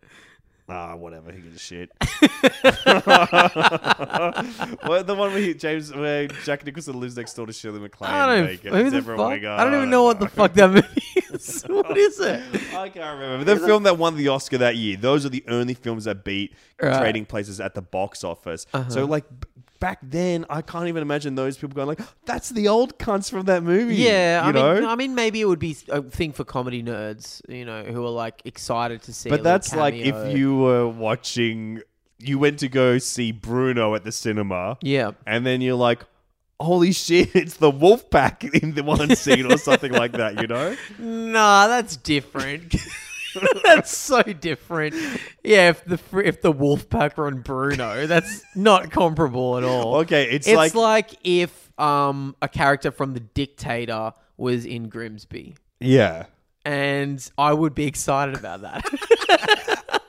B: Ah, whatever. Who gives a
D: (laughs)
B: shit? (laughs) well, the one where he, James, where Jack Nicholson lives next door to Shirley MacLaine.
D: I
B: They
D: don't.
B: get
D: Who the
B: Deborah
D: fuck?
B: Winger.
D: I don't even know what the fuck that movie
B: (laughs)
D: is. what is it?
B: I can't remember the film that won the Oscar that year. Those are the only films that beat
D: Right. Uh-huh.
B: Trading Places at the box office. So, like b- back then, I can't even imagine those people going like, "That's the old cunts from that movie."
D: Yeah,
B: you
D: I
B: know.
D: mean, I mean, maybe it would be a thing for comedy nerds, you know, who are like excited to see. a
B: But
D: little
B: that's like
D: cameo.
B: if you were watching, you went to go see Bruno at the cinema,
D: yeah,
B: and then you're like, "Holy shit, (laughs) it's the Wolfpack (laughs) in the one scene or something like that," you know?
D: Nah, that's different. (laughs) that's so different. Yeah, if the fr- if the Wolfpack were on Bruno, that's not comparable at all.
B: Okay, it's,
D: it's
B: like,
D: like, if um a character from The Dictator was in Grimsby,
B: (laughs) yeah.
D: and I would be excited about that.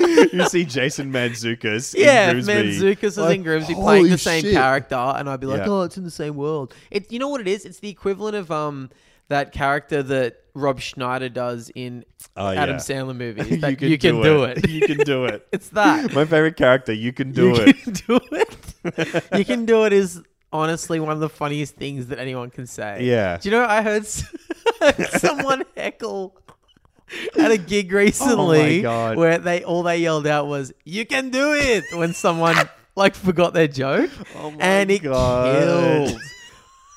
D: (laughs)
B: you see Jason Manzukis.
D: yeah,
B: in
D: if
B: Grimsby.
D: Manzukis is
B: Like,
D: in Grimsby
B: holy
D: playing the same
B: shit.
D: character, and I'd be like,
B: Yeah.
D: oh, it's in the same world. It, you know what it is? It's the equivalent of um that character that Rob Schneider does in
B: Oh,
D: Adam
B: yeah. (laughs)
D: Sandler movies. That you can, do it.
B: You can do it.
D: (laughs) It's that.
B: My favorite character. You can do
D: you
B: it.
D: can (laughs) do it. you can do it is honestly one of the funniest things that anyone can say.
B: Yeah.
D: Do you know I heard s-
B: (laughs)
D: (laughs) someone heckle at a gig recently
B: Oh God.
D: where they all they yelled out was "You can do it" when someone like forgot their joke, and it
B: Oh God.
D: killed.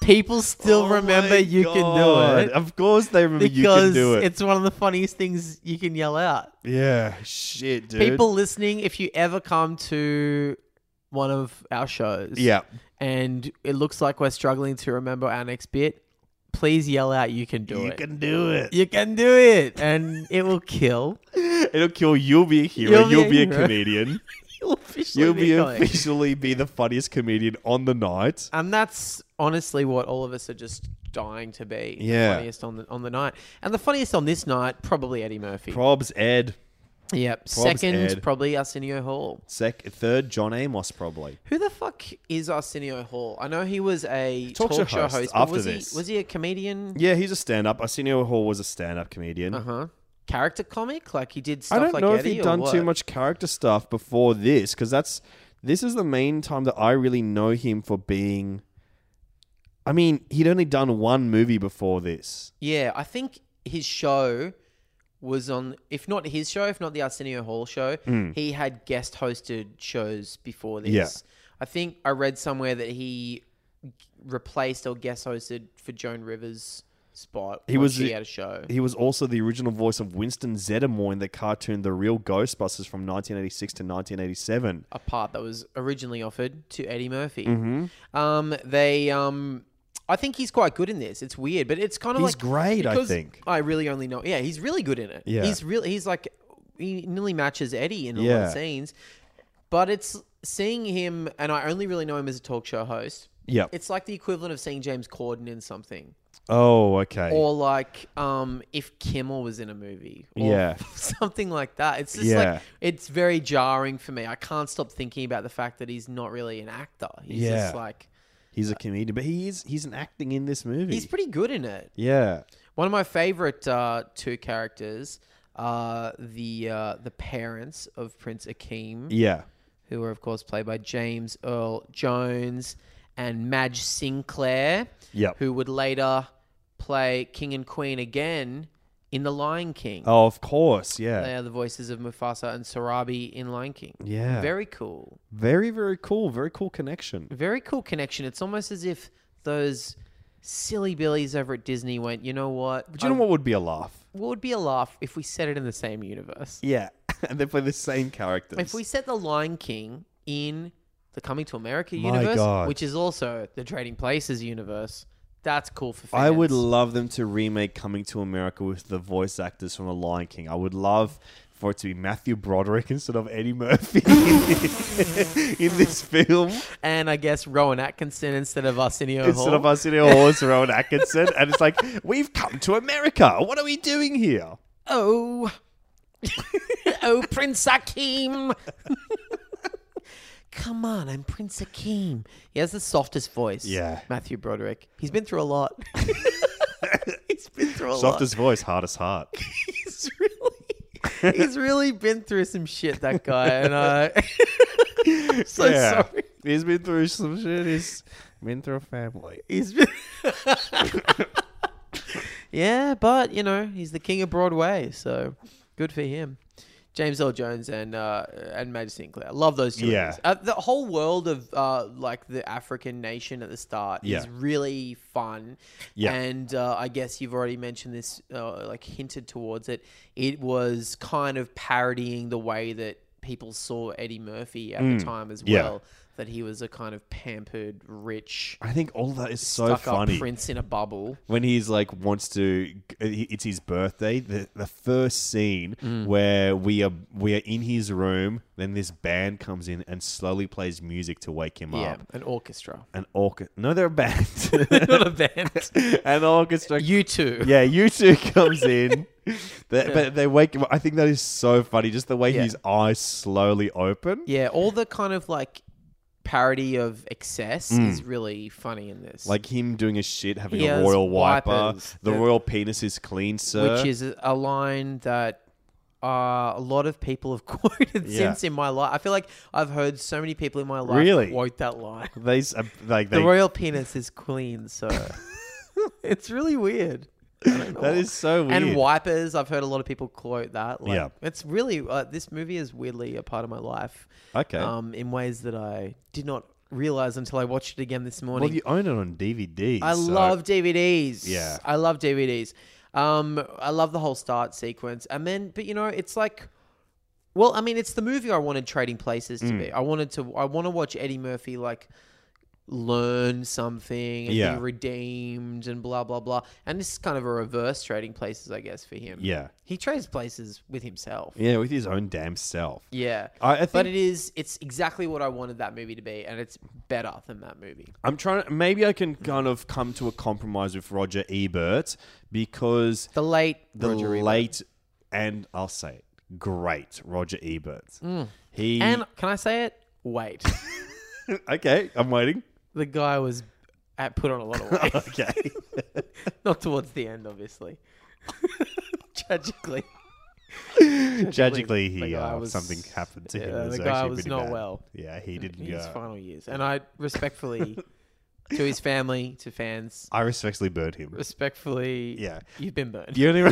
D: People still
B: Oh my
D: remember "You can
B: God.
D: do it"
B: Of course, they remember you can
D: because
B: do it.
D: it's one of the funniest things you can yell out.
B: yeah, shit, dude.
D: People listening, if you ever come to one of our shows,
B: Yeah.
D: and it looks like we're struggling to remember our next bit, please yell out, "You can do
B: you
D: it!
B: can do it.
D: you can do it!" and it
B: (laughs)
D: will kill.
B: It'll kill. You'll be a hero. (laughs)
D: You'll be
B: You'll,
D: a
B: be a,
D: hero.
B: comedian.
D: You'll officially
B: You'll be
D: going.
B: officially be the funniest comedian on the night.
D: And that's honestly what all of us are just dying to be. the
B: Yeah.
D: funniest on the on the night, and the funniest on this night probably Eddie Murphy.
B: Probs Ed.
D: Yep.
B: Prob's
D: Second,
B: Ed.
D: probably Arsenio Hall.
B: Sec third, John Amos probably.
D: Who the fuck is Arsenio Hall? I know he was a
B: Talk
D: talk,
B: show
D: show
B: host
D: host. but
B: after
D: was
B: this.
D: he was he a comedian?
B: Yeah, he's a stand-up. Arsenio Hall was a stand-up comedian.
D: Uh huh. Character comic, like he did stuff.
B: Uh-huh. I don't
D: like
B: know
D: Eddie
B: if he'd
D: or
B: done too
D: what?
B: much character stuff before this because that's this is the main time that I really know him for being. I mean, he'd only done one movie before this.
D: Yeah, I think his show was on, if not his show, if not the Arsenio Hall show, he had guest hosted shows before this.
B: Hmm. Yeah.
D: I think I read somewhere that he g- replaced or guest hosted for Joan Rivers' spot.
B: He
D: when
B: was
D: she
B: the-
D: had a show.
B: He was also the original voice of Winston Zeddemore in the cartoon The Real Ghostbusters from 1986 to 1987.
D: a part that was originally offered to Eddie Murphy.
B: Mm-hmm.
D: Um, they, um, I think he's quite good in this. It's weird, but it's kind of
B: He's
D: like
B: great, I
D: because
B: think.
D: I really only know. Yeah, he's really good in it.
B: Yeah.
D: he's really he's like he nearly matches Eddie in a lot
B: Yeah.
D: of scenes. But it's seeing him, and I only really know him as a talk show host.
B: Yep.
D: It's like the equivalent of seeing James Corden in something,
B: Oh, okay.
D: or like um, if Kimmel was in a movie, or
B: Yeah.
D: (laughs) something like that. It's just
B: Yeah.
D: like it's very jarring for me. I can't stop thinking about the fact that he's not really an actor. He's just
B: Yeah.
D: like
B: he's a comedian, but he is he's an acting in this movie.
D: he's pretty good in it.
B: yeah.
D: One of my favorite uh, two characters are the uh, the parents of Prince Akeem,
B: Yeah.
D: who were of course played by James Earl Jones and Madge Sinclair,
B: Yep.
D: who would later play King and Queen again in The Lion King.
B: Oh, of course.
D: They
B: Yeah.
D: are the voices of Mufasa and Sarabi in Lion King.
B: Yeah.
D: Very cool.
B: Very very cool. Very cool connection.
D: Very cool connection. It's almost as if those silly billies over at Disney went, you know what?
B: Do you know
D: I-
B: what would be a laugh?
D: What would be a laugh if we set it in the same universe?
B: (laughs) Yeah, and they play the same characters.
D: If we set the Lion King in the Coming to America
B: My
D: universe,
B: God.
D: which is also the Trading Places universe, that's cool for fans.
B: I would love them to remake Coming to America with the voice actors from The Lion King. I would love for it to be Matthew Broderick instead of Eddie Murphy (laughs) in this, in this film.
D: and I guess Rowan Atkinson instead of Arsenio
B: Instead
D: Hall.
B: of Arsenio Hall, it's Rowan Atkinson. And it's like, we've come to America. What are we doing here?
D: Oh. (laughs) oh, Prince Akeem. (laughs) Come on, I'm Prince Akeem. He has the softest voice.
B: Yeah.
D: Matthew Broderick. He's been through
B: (laughs)
D: a lot. he's been through a
B: Softest voice, hardest (laughs) heart.
D: lot. He's really, he's really been through some shit, that guy. And uh, (laughs) I'm so sorry.
B: He's been through some shit. He's been through a family.
D: He's been. (laughs) yeah, but you know he's the king of Broadway, so good for him. James Earl Jones and uh, and Madge Sinclair. I love those two.
B: Yeah.
D: movies. Uh, the whole world of uh, like the African nation at the start
B: Yeah.
D: is really fun.
B: Yeah.
D: And uh, I guess you've already mentioned this, uh, like hinted towards it. It was kind of parodying the way that people saw Eddie Murphy at the time as
B: Mm. yeah.
D: well. That he was a kind of pampered, rich
B: I think all that is so
D: stuck
B: funny.
D: up Prince in a bubble.
B: when he's like wants to uh, it's his birthday the, the first scene
D: Mm.
B: where we are we are in his room then this band comes in and slowly plays music to wake him
D: Yeah,
B: up (laughs)
D: an orchestra. (laughs)
B: an orchestra no they're a band
D: Not a band.
B: an orchestra
D: you too.
B: yeah you two comes
D: (laughs)
B: in They- but they wake him up. i think that is so funny just the way
D: Yeah.
B: his eyes slowly open
D: Yeah, all the kind of like parody of excess is really funny in this.
B: Mm. Like him doing a shit, having
D: He
B: a
D: has
B: royal wiper.
D: wipers.
B: The
D: Yeah.
B: royal penis is clean, sir.
D: which is a line that uh, a lot of people have (laughs) quoted
B: Yeah.
D: since in my life. I feel like I've heard so many people in my life
B: Really?
D: quote that line.
B: they s- like they,
D: The royal penis is queen, so (laughs) it's really weird. I don't know
B: (laughs) that
D: why.
B: is so weird.
D: And wipers, I've heard a lot of people quote that. Like,
B: Yeah.
D: it's really uh, this movie is weirdly a part of my life.
B: Okay.
D: um, in ways that I did not realize until I watched it again this morning.
B: Well, you own it on DVD.
D: I
B: so-
D: love DVDs.
B: Yeah.
D: I love DVDs. Um, I love the whole start sequence, and then, but you know, it's like, well, I mean, it's the movie I wanted Trading Places to
B: Mm.
D: be. I wanted to, I want to watch Eddie Murphy like learn something and
B: Yeah.
D: be redeemed and blah blah blah. And this is kind of a reverse Trading Places, I guess, for him.
B: Yeah.
D: he trades places with himself.
B: Yeah, with his own damn self.
D: Yeah.
B: I- I think-
D: but it is it's exactly what I wanted that movie to be and it's better than that movie.
B: I'm trying to. Maybe I can kind of come to a compromise with Roger Ebert because
D: The late
B: the
D: Roger Ebert.
B: late, and I'll say it, great, Roger Ebert. He
D: Mm. And can I say it? Wait. (laughs)
B: okay, I'm waiting.
D: the guy was at, put on a lot of
B: (laughs)
D: weight.
B: Okay,
D: Not towards the end, obviously. (laughs) Tragically.
B: tragically, he
D: the guy
B: uh,
D: was-
B: something happened to him.
D: yeah,
B: It
D: the
B: was
D: guy
B: actually
D: was
B: pretty
D: not
B: bad.
D: well.
B: Yeah, he didn't
D: in his
B: go.
D: final years. And I respectfully, to his family, to fans,
B: I respectfully burned him.
D: (laughs) respectfully,
B: Yeah.
D: you've been burned.
B: The only re-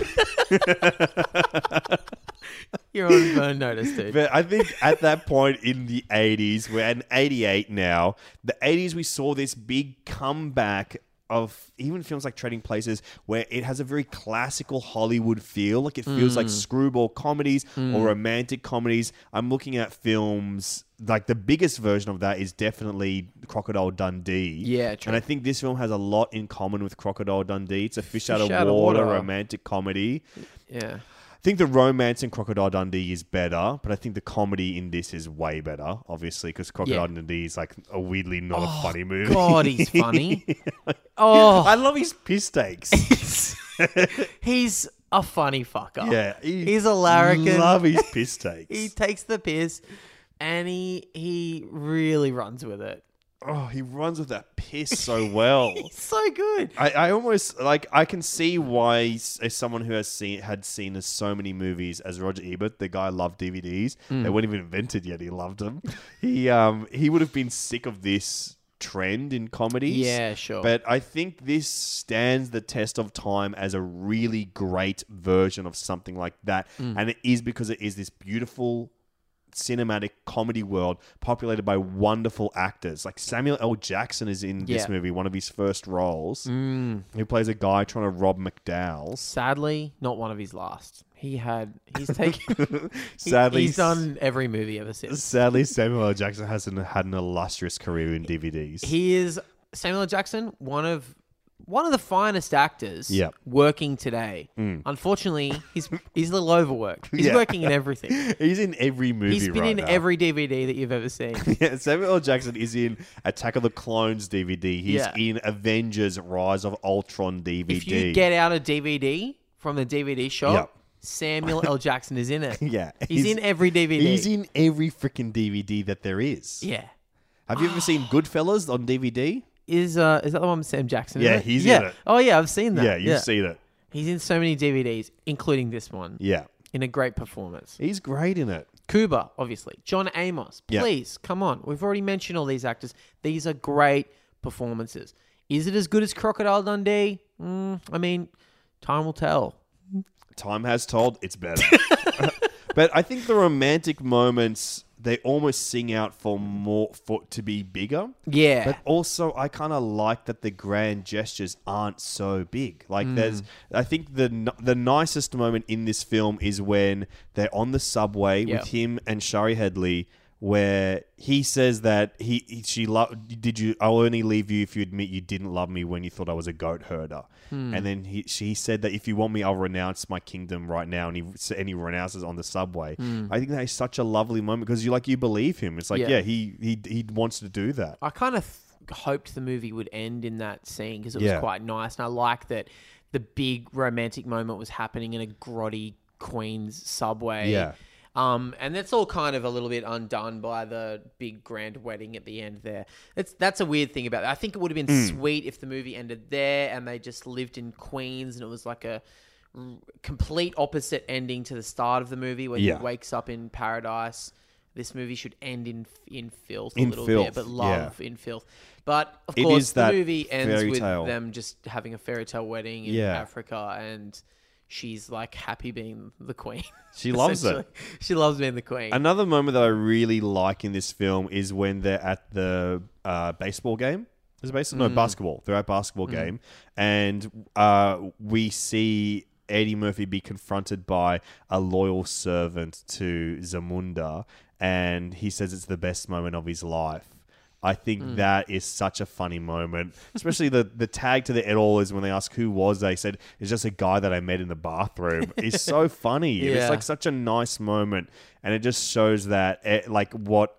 D: You're on burn notice, dude.
B: But I think at that point in the 80s, we're in 88 now, the 80s, we saw this big comeback of even films like Trading Places, where it has a very classical Hollywood feel. Like it feels like screwball comedies or romantic comedies. I'm looking at films. Like the biggest version of that is definitely Crocodile Dundee.
D: Yeah, true.
B: And I think this film has a lot in common with Crocodile Dundee. It's a fish, out,
D: Fish
B: of water romantic comedy. (laughs)
D: yeah.
B: I think the romance in Crocodile Dundee is better, but I think the comedy in this is way better, obviously, because Crocodile
D: Yeah. Oh,
B: Dundee is like a weirdly not a funny movie.
D: God, he's funny.
B: (laughs)
D: Oh,
B: I love his (laughs) piss takes.
D: (laughs) he's a funny fucker.
B: yeah,
D: he's a larrikin.
B: Love his
D: (laughs)
B: piss takes.
D: He takes the piss, and he he really runs with it.
B: oh, he runs with that piss so
D: (laughs)
B: well.
D: He's so good.
B: I, I almost like I can see why s- as someone who has seen had seen as so many movies as Roger Ebert, the guy loved DVDs.
D: Hmm.
B: They weren't even invented yet. He loved them. he um he would have been sick of this trend in comedies.
D: Yeah, sure.
B: But I think this stands the test of time as a really great version of something like that,
D: Mm.
B: and it is because it is this beautiful cinematic comedy world populated by wonderful actors. Like Samuel L. Jackson is in this
D: Yeah. Mm.
B: movie, one of his first roles. He plays a guy trying to rob McDowell's.
D: Sadly, not one of his last. He had
B: (laughs)
D: he's taken. he-
B: Sadly,
D: he's done every movie ever since.
B: Sadly, Samuel L. Jackson hasn't had an illustrious career in DVDs.
D: He is Samuel L. Jackson, one of one of the finest actors
B: Yep.
D: working today. Unfortunately, he's he's a little overworked. He's
B: Mm. Yeah.
D: working
B: (laughs)
D: in everything.
B: (laughs) He's in every movie.
D: he's been
B: right
D: in
B: now.
D: every DVD that you've
B: (laughs)
D: ever seen.
B: Yeah, Samuel L. Jackson is in Attack of the Clones DVD. He's
D: Yeah.
B: in Avengers: Rise of Ultron DVD.
D: if you get out a DVD from the DVD shop,
B: Yep.
D: Samuel L. Jackson is in
B: (laughs) (laughs)
D: it.
B: Yeah,
D: he's,
B: he's-
D: in every DVD.
B: He's in every freaking DVD that there is.
D: yeah.
B: Have you ever
D: (gasps)
B: seen Goodfellas on DVD?
D: Is uh is that the one with Sam Jackson? in
B: Yeah,
D: it?
B: he's in
D: yeah.
B: it.
D: Oh yeah, I've seen that.
B: Yeah, you've seen it.
D: He's in so many DVDs, including this one.
B: Yeah.
D: In a great performance.
B: He's great in it.
D: Cuba, obviously. John Amos.
B: Yeah.
D: Please, come on. We've already mentioned all these actors. These are great performances. Is it as good as Crocodile Dundee? Mm, I mean, time will tell.
B: Time has told it's
D: (laughs)
B: better. (laughs) but I think the romantic moments they almost sing out for more for to be bigger.
D: Yeah.
B: But also, I kind of like that the grand gestures aren't so big. Like,
D: Mm.
B: there's, I think the n- the nicest moment in this film is when they're on the subway
D: Yeah.
B: with him and Shari Headley, where he says that he, he she lo- did you. I'll only leave you if you admit you didn't love me when you thought I was a goat herder.
D: Hmm.
B: And then he she said that if you want me, I'll renounce my kingdom right now. And he s- and he renounces on the subway. I think that is such a lovely moment because you like you believe him. It's like
D: Hmm. Yeah.
B: yeah, he he he wants to do that.
D: I kind of th- hoped the movie would end in that scene because it
B: Yeah.
D: was quite nice, and I like that the big romantic moment was happening in a grotty Queens subway.
B: Yeah.
D: Um, and that's all kind of a little bit undone by the big grand wedding at the end there. It's that's a weird thing about that. I think it would have been
B: Mm.
D: sweet if the movie ended there and they just lived in Queens and it was like a r- complete opposite ending to the start of the movie where
B: Yeah.
D: he wakes up in paradise. This movie should end in in filth a
B: In
D: little
B: filth,
D: bit, but
B: yeah.
D: love in filth. But of
B: It
D: course,
B: is that
D: the movie ends
B: fairy
D: with
B: tale.
D: them just having a fairy tale wedding in
B: Yeah.
D: Africa, and she's like happy being the queen.
B: She
D: (laughs)
B: loves it.
D: essentially. She loves being the queen.
B: Another moment that I really like in this film is when they're at the uh, baseball game. Is it baseball? No, basketball. They're at basketball game, and uh, we see Eddie Murphy be confronted by a loyal servant to Zamunda, and he says it's the best moment of his life. I think that is such a funny moment, especially the the tag to the et al is when they ask who was they said it's just a guy that I met in the bathroom. It's so funny. And It's
D: Yeah.
B: like such a nice moment, and it just shows that eh, like what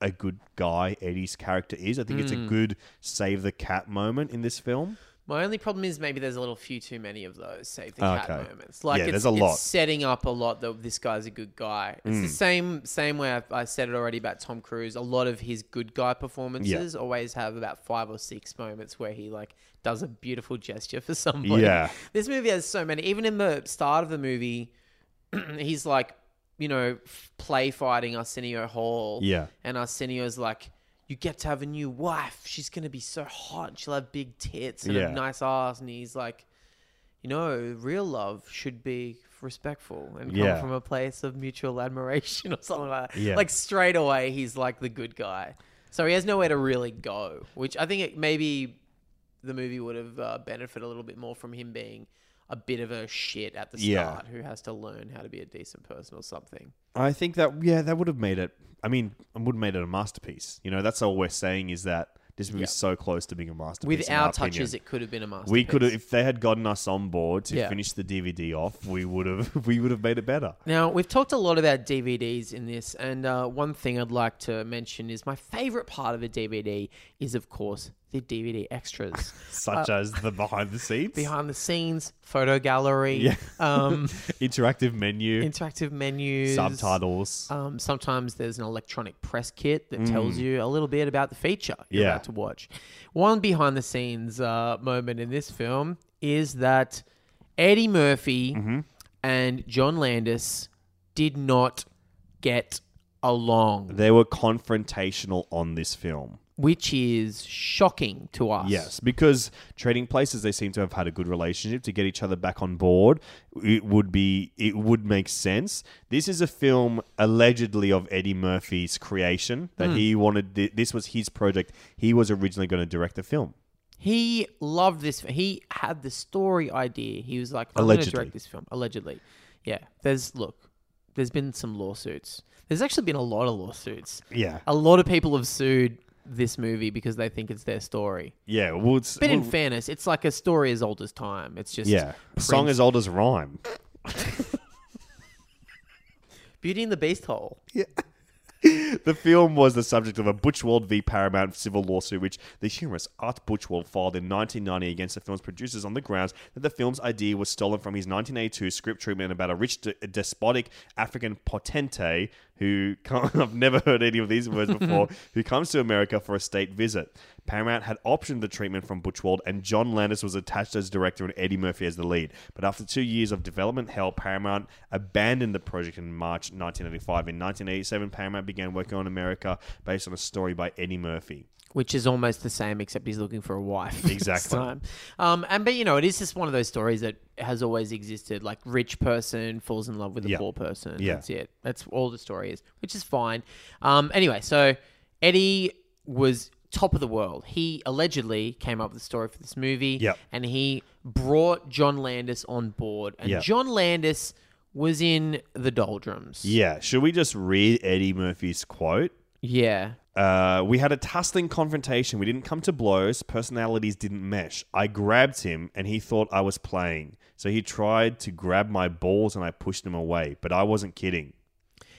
B: a
D: Hmm.
B: good guy Eddie's character is. I think it's a good save the cat moment in this film.
D: My only problem is maybe there's a little few too many of those, say the cat
B: Oh, Okay.
D: moments. Like
B: Yeah,
D: it's,
B: there's a lot.
D: it's setting up a lot that this guy's a good guy. It's the
B: Hmm.
D: same same way I've, I said it already about Tom Cruise. A lot of his good guy performances always have about five or six moments where he like does a beautiful gesture for (laughs) somebody.
B: Yeah.
D: this movie has so many. Even in the start of the movie, (clears throat) he's like, you know, f- play fighting Arsenio Hall.
B: Yeah.
D: And Arsenio's like, you get to have a new wife. She's going to be so hot. She'll have big tits and
B: Yeah.
D: a nice ass. And he's like, you know, real love should be respectful and come
B: Yeah.
D: from a place of mutual admiration (laughs) or something like that.
B: Yeah.
D: Like straight away, he's like the good guy. So he has nowhere to really go, which I think it maybe the movie would have uh, benefited a little bit more from him being a bit of a shit at the
B: Yeah.
D: start who has to learn how to be a decent person or something.
B: I think that yeah, that would have made it. I mean, it would have made it a masterpiece. You know, that's all we're saying is that this movie is so close to being a masterpiece.
D: With
B: in
D: our
B: our opinion.
D: touches, it could have been a masterpiece.
B: we could have, if they had gotten us on board to
D: Yeah.
B: finish the DVD off, we would have, (laughs) we would have made it better.
D: Now, we've talked a lot about DVDs in this, and uh, one thing I'd like to mention is my favorite part of a DVD is, of course, the DVD
B: (laughs)
D: extras.
B: Such as the behind the scenes,
D: Uh, Behind the scenes, photo gallery,
B: Yeah.
D: um,
B: (laughs) interactive menu,
D: interactive menus,
B: subtitles.
D: Um, sometimes there's an electronic press kit that tells you a little bit about the feature you're
B: Mm. Yeah.
D: about to watch. One behind the scenes uh, moment in this film is that Eddie Murphy
B: Mm-hmm.
D: and John Landis did not get along,
B: they were confrontational on this film.
D: which is shocking to us.
B: Yes, because trading places, they seem to have had a good relationship to get each other back on board. It would be, it would make sense. This is a film allegedly of Eddie Murphy's creation
D: Hmm.
B: that he wanted. Th- this was his project. He was originally going to direct the film.
D: He loved this. He had the story idea. He was like, I'm going to
B: Allegedly.
D: direct this film. Allegedly. Yeah. There's, look, there's been some lawsuits. There's actually been a lot of lawsuits.
B: Yeah,
D: A lot of people have sued this movie because they think it's their story.
B: yeah. Well, it's
D: But in
B: well,
D: fairness, it's like a story as old as time. It's just
B: yeah, song
D: Prince-
B: as old as rhyme.
D: Beauty and the Beast hole.
B: The film was the subject of a Butchwald v. Paramount civil lawsuit, which the humorous Art Butchwald filed in 1990 against the film's producers on the grounds that the film's idea was stolen from his 1982 script treatment about a rich, de- despotic African potente who come- (laughs) I've never heard any of these words before, who comes to America for a state visit. Paramount had optioned the treatment from Butchwald, and John Landis was attached as director and Eddie Murphy as the lead. But after two years of development hell, Paramount abandoned the project in March 1985. In 1987, Paramount began working on America based on a story by Eddie Murphy.
D: which is almost the same, except he's looking for a wife. (laughs) this
B: Exactly.
D: time. Um, and but you know, it is just one of those stories that has always existed. Like rich person falls in love with a
B: Yeah.
D: poor person.
B: Yeah.
D: That's it. That's all the story is, which is fine. Um, anyway, so Eddie was top of the world. He allegedly came up with the story for this movie.
B: Yep.
D: And he brought John Landis on board, and
B: Yep.
D: John Landis was in the doldrums.
B: Yeah, should we just read Eddie Murphy's quote?
D: Yeah.
B: Uh, we had a tussling confrontation. We didn't come to blows. Personalities didn't mesh. I grabbed him, and he thought I was playing. So he tried to grab my balls, and I pushed him away. But I wasn't kidding.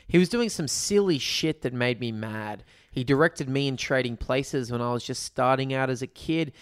D: He was doing some silly shit that made me mad. He directed me in trading places when I was just starting out as a kid,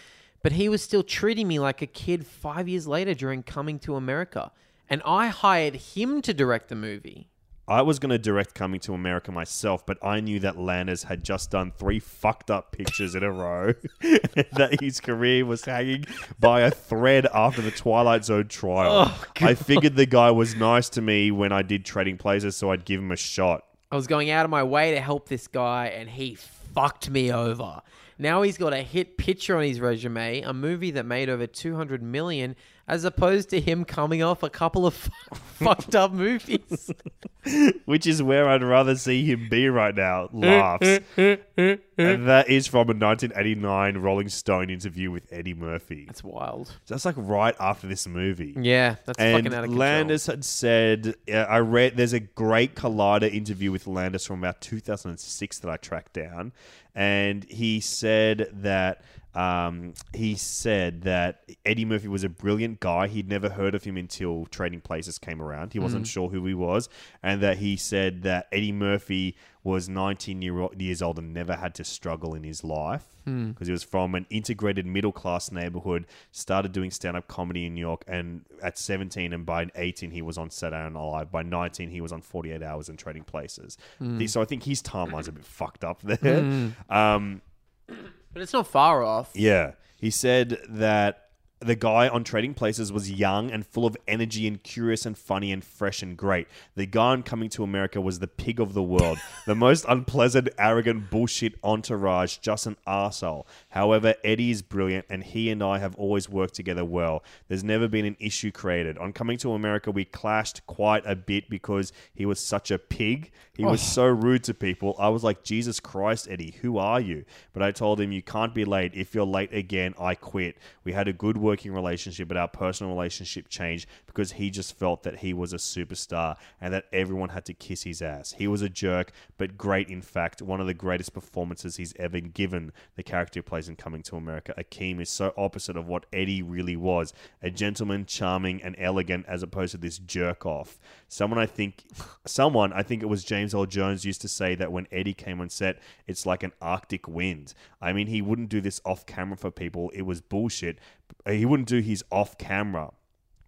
D: but he was still treating me like a kid five years later during coming to America. And I hired him to direct the movie.
B: I was going to direct Coming to America myself, but I knew that Landis had just done three fucked up pictures in a row, (laughs) and that his career was hanging by a thread after the Twilight Zone trial. I figured the guy was nice to me when I did Trading Places, so I'd give him a shot.
D: I was going out of my way to help this guy, and he fucked me over. Now he's got a hit picture on his resume, a movie that made over 200 million, as opposed to him coming off a couple of (laughs) fucked up movies.
B: which is where I'd rather see him be right now. Laughs. and that is from a 1989 Rolling Stone interview with Eddie Murphy.
D: That's wild.
B: That's like right after this movie.
D: Yeah, that's fucking out of
B: And
D: control.
B: Landis had said, uh, I read, there's a great Collider interview with Landis from about 2006 that I tracked down. And he said that Um, he said that Eddie Murphy was a brilliant guy. He'd never heard of him until Trading Places came around. He
D: Mm.
B: wasn't sure who he was, and that he said that Eddie Murphy was 19 year old, years old and never had to struggle in his life because he was from an integrated middle class neighborhood. Started doing stand up comedy in New York, and at 17, and by 18 he was on Saturday Night Live. By 19 he was on 48 Hours and Trading Places. The- So I think his timeline's a bit fucked up there. Um,
D: But it's not far off.
B: yeah. He said that the guy on Trading Places was young and full of energy and curious and funny and fresh and great. The guy on Coming to America was the pig of the world, the most unpleasant, arrogant, bullshit entourage, just an arsehole. However, Eddie is brilliant and he and I have always worked together well. There's never been an issue created. On Coming to America, we clashed quite a bit because he was such a pig. He was so rude to people. I was like, Jesus Christ, Eddie, who are you? But I told him, You can't be late. If you're late again, I quit. We had a good working relationship, but our personal relationship changed because he just felt that he was a superstar and that everyone had to kiss his ass. He was a jerk, but great, in fact, one of the greatest performances he's ever given. The character he plays in Coming to America, Akeem, is so opposite of what Eddie really was a gentleman, charming, and elegant, as opposed to this jerk off. Someone I think, someone, I think it was James L. Jones, used to say that when Eddie came on set, it's like an Arctic wind. I mean, he wouldn't do this off camera for people, it was bullshit. He wouldn't do his off camera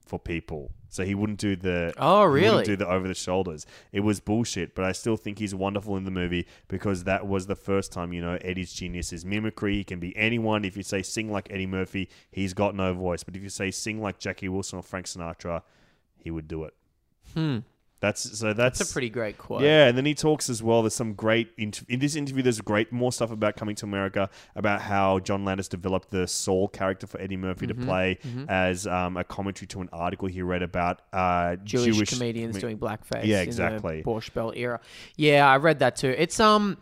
B: for people. So he wouldn't do the
D: Oh,
B: he wouldn't
D: really?
B: do the over the shoulders. It was bullshit, but I still think he's wonderful in the movie because that was the first time you know Eddie's genius is mimicry. He can be anyone. If you say sing like Eddie Murphy, he's got no voice. But if you say sing like Jackie Wilson or Frank Sinatra, he would do it. That's so that's,
D: It's Hmm. a pretty great quote.
B: yeah, and then he talks as well. There's some great int- in this interview. There's great more stuff about coming to America, about how John Landis developed the Saul character for Eddie Murphy to play as um, a commentary to an article he read about uh,
D: Jewish,
B: Jewish,
D: comedians
B: comi-
D: doing blackface.
B: Yeah,
D: In
B: exactly.
D: the Borscht Bell era. Yeah, I read that too. It's um,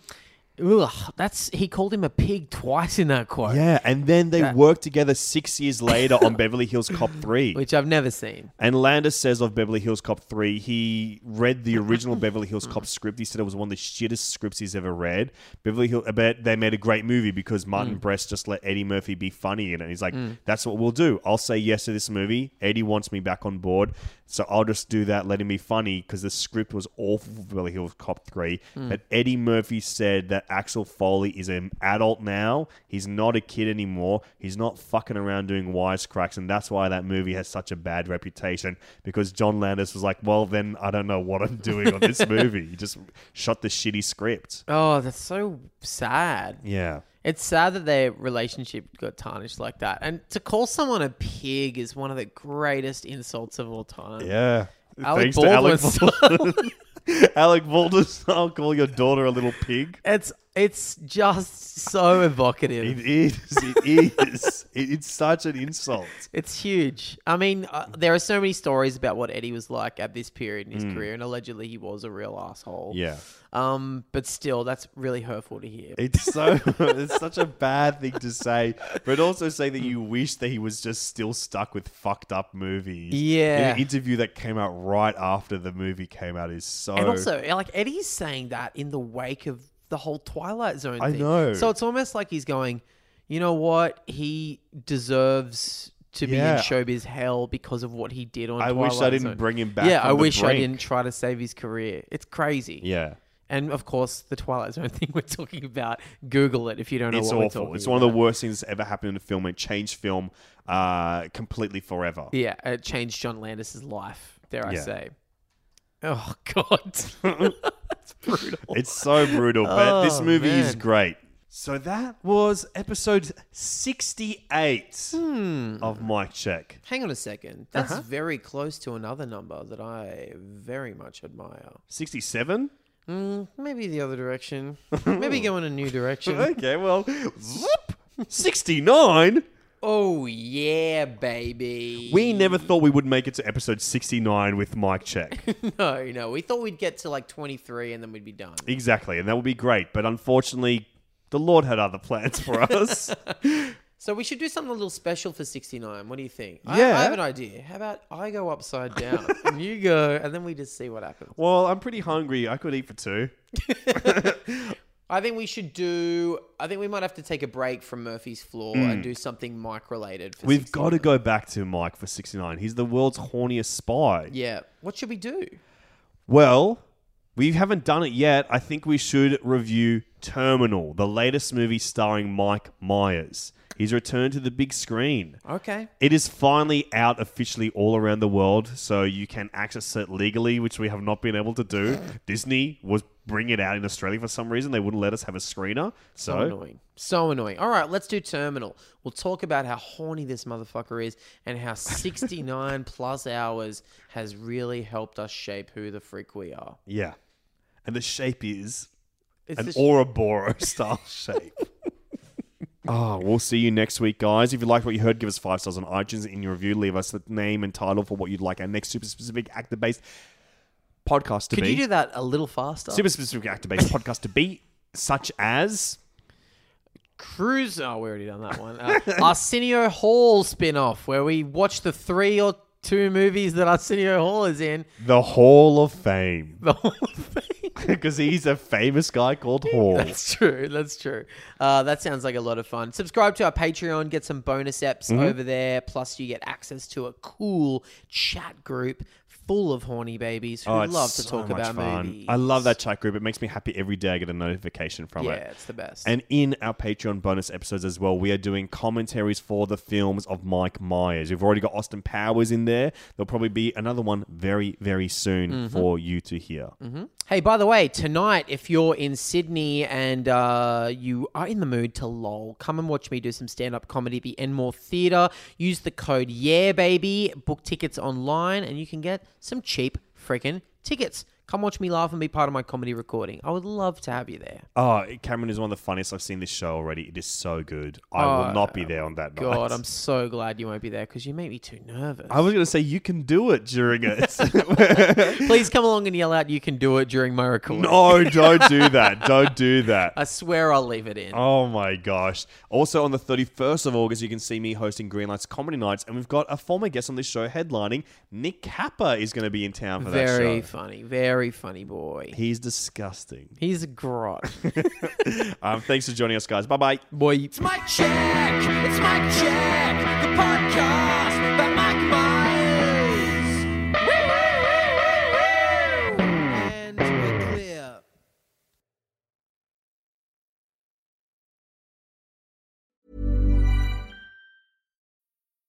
D: ugh, that's he called him a pig twice in that quote,
B: Yeah, and then they worked together six years later on Beverly Hills Cop Three.
D: which I've never seen.
B: And Landis says of Beverly Hills Cop 3, he read the original Beverly Hills Cop script. He said it was one of the shittest scripts he's ever read. Beverly Hills, but they made a great movie because Martin Brest just let Eddie Murphy be funny in it. He's like, that's what we'll do. I'll say yes to this movie. Eddie wants me back on board. So I'll just do that, let him be funny because the script was awful for Beverly Hills Cop 3. But Eddie Murphy said that Axel Foley is an adult now. He's not a kid anymore. He's not fucking around doing wisecracks. And that's why that movie has such a bad reputation because John Landis was like, well, then I don't know what I'm doing on (laughs) this movie. He just shot the shitty script.
D: Oh, that's so sad.
B: Yeah.
D: It's sad that their relationship got tarnished like that. And to call someone a pig is one of the greatest insults of all time.
B: Yeah.
D: Alec
B: Thanks to Alec
D: Baldwin's-
B: Baldwin. (laughs) Alec Baldwin, (laughs) I'll call your daughter a little pig.
D: (laughs) It's it's just so evocative.
B: It is. It is. It- it's such an insult.
D: It's huge. I mean, uh, there are so many stories about what Eddie was like at this period in his career, and allegedly he was a real asshole.
B: Mm. Yeah.
D: Um, but still, that's really hurtful to hear.
B: It's so (laughs) it's such a bad thing to say, but also say that you wish that he was just still stuck with fucked up movies.
D: Yeah.
B: an interview that came out right after the movie came out is so
D: and also, like Eddie's saying that in the wake of the whole Twilight Zone.
B: I
D: thing.
B: know.
D: So it's almost like he's going, you know what? He deserves
B: Yeah.
D: to be in showbiz hell because of what he did on.
B: I wish I
D: Twilight
B: didn't
D: Zone.
B: bring him back
D: Yeah,
B: from
D: I
B: the
D: wish I
B: brink.
D: didn't try to save his career. It's crazy.
B: yeah.
D: And of course, the Twilight Zone (laughs) thing we're talking about. Google it if you don't know
B: It's
D: what we're
B: awful.
D: talking
B: It's one of the worst things that's ever happened in a film. It changed film uh, completely forever.
D: the. Yeah, it changed John Landis's life. Dare I
B: Yeah.
D: say? Oh (laughs)
B: (laughs)
D: God, that's brutal.
B: It's so brutal, but this
D: Oh,
B: movie is
D: man.
B: great. So that was episode 68
D: Hmm.
B: of Mike Check.
D: Hang on a second. That's very close to another number that I very much admire.
B: 67?
D: Mm, maybe the other direction. maybe go in a
B: (laughs)
D: new direction.
B: Okay, well, zoop, 69?
D: oh yeah, baby.
B: We never thought we would make it to episode 69 with Mike Check.
D: no, no. We thought we'd get to like twenty three and then we'd be done.
B: exactly, and that would be great, but unfortunately, the Lord had other plans for us.
D: So we should do something a little special for sixty nine. What do you think? I- I,
B: Yeah.
D: have an idea. How about I go upside down (laughs) and you go, and then we just see what happens.
B: well, I'm pretty hungry. I could eat for two.
D: I think we should do. I think we might have to take a break from Murphy's Floor and do something Mike related. For
B: Mm. We've
D: 69.
B: got to go back to Mike for 69. He's the world's horniest spy.
D: Yeah. What should we do?
B: Well, we haven't done it yet. I think we should review Terminal, the latest movie starring Mike Myers. He's returned to the big screen.
D: Okay.
B: It is finally out officially all around the world, so you can access it legally, which we have not been able to do. Disney was bringing it out in Australia for some reason. They wouldn't let us have a screener.
D: So
B: So,
D: annoying. So annoying. All right, let's do Terminal. We'll talk about how horny this motherfucker is and
B: (laughs)
D: how 69 plus hours has really helped us shape who the frick we are.
B: yeah. And the shape is
D: It's
B: an
D: the sh-
B: Ouroboros (laughs) style shape. Oh, we'll see you next week, guys. If you liked what you heard, give us five stars on iTunes. In your review, leave us the name and title for what you'd like our next super specific actor based podcast to
D: Could
B: be.
D: you do that a little faster?
B: Super specific actor (laughs) based podcast to be, such as
D: Cruise. Oh, we already done that one. Uh, (laughs) Arsenio Hall spin off, where we watch the three or two movies that Arsenio Hall is in. (laughs)
B: the Hall of Fame, (laughs)
D: The whole thing.
B: because he's a famous guy called Hall.
D: That's true. That's true. Uh, that sounds like a lot of fun. Subscribe to our Patreon, get some bonus eps
B: Mm-hmm.
D: over there. Plus, you get access to a cool chat group full of horny babies who
B: Oh, it's
D: love to
B: so
D: talk
B: much
D: about
B: fun.
D: movies.
B: I love that chat group. It makes me happy every day. I get a notification from
D: Yeah,
B: it.
D: it's the best.
B: And in our Patreon bonus episodes as well, we are doing commentaries for the films of Mike Myers. We've already got Austin Powers in there. There'll probably be another one very, very soon
D: Mm-hmm.
B: for you to hear.
D: Hey, by the way, tonight, if you're in Sydney and uh, you are in the mood to lol, come and watch me do some stand up comedy at the Enmore Theatre. Use the code Yeah Baby, book tickets online, and you can get some cheap freaking tickets. Come watch me laugh and be part of my comedy recording. I would love to have you there.
B: Oh, Cameron is one of the funniest. I've seen this show already. It is so good. I will not be there on that night.
D: Oh, God, I'm so glad you won't be there because you make me too nervous.
B: I was going to say, you can do it during it.
D: (laughs) Please come along and yell out, you can do it during my recording.
B: no, don't do that. Don't do that.
D: I swear I'll leave it in.
B: Oh my gosh. Also, on the 31st of August, you can see me hosting Greenlights Comedy Nights, and we've got a former guest on this show headlining. Nick Kappa is going to be in town for
D: very
B: that show.
D: funny, very funny boy.
B: He's disgusting. (laughs)
D: He's a grot. (laughs)
B: um, thanks for joining us, guys. Bye bye.
D: boy.
F: It's my check. It's my check. The podcast by Mike Myers.
D: And we're clear.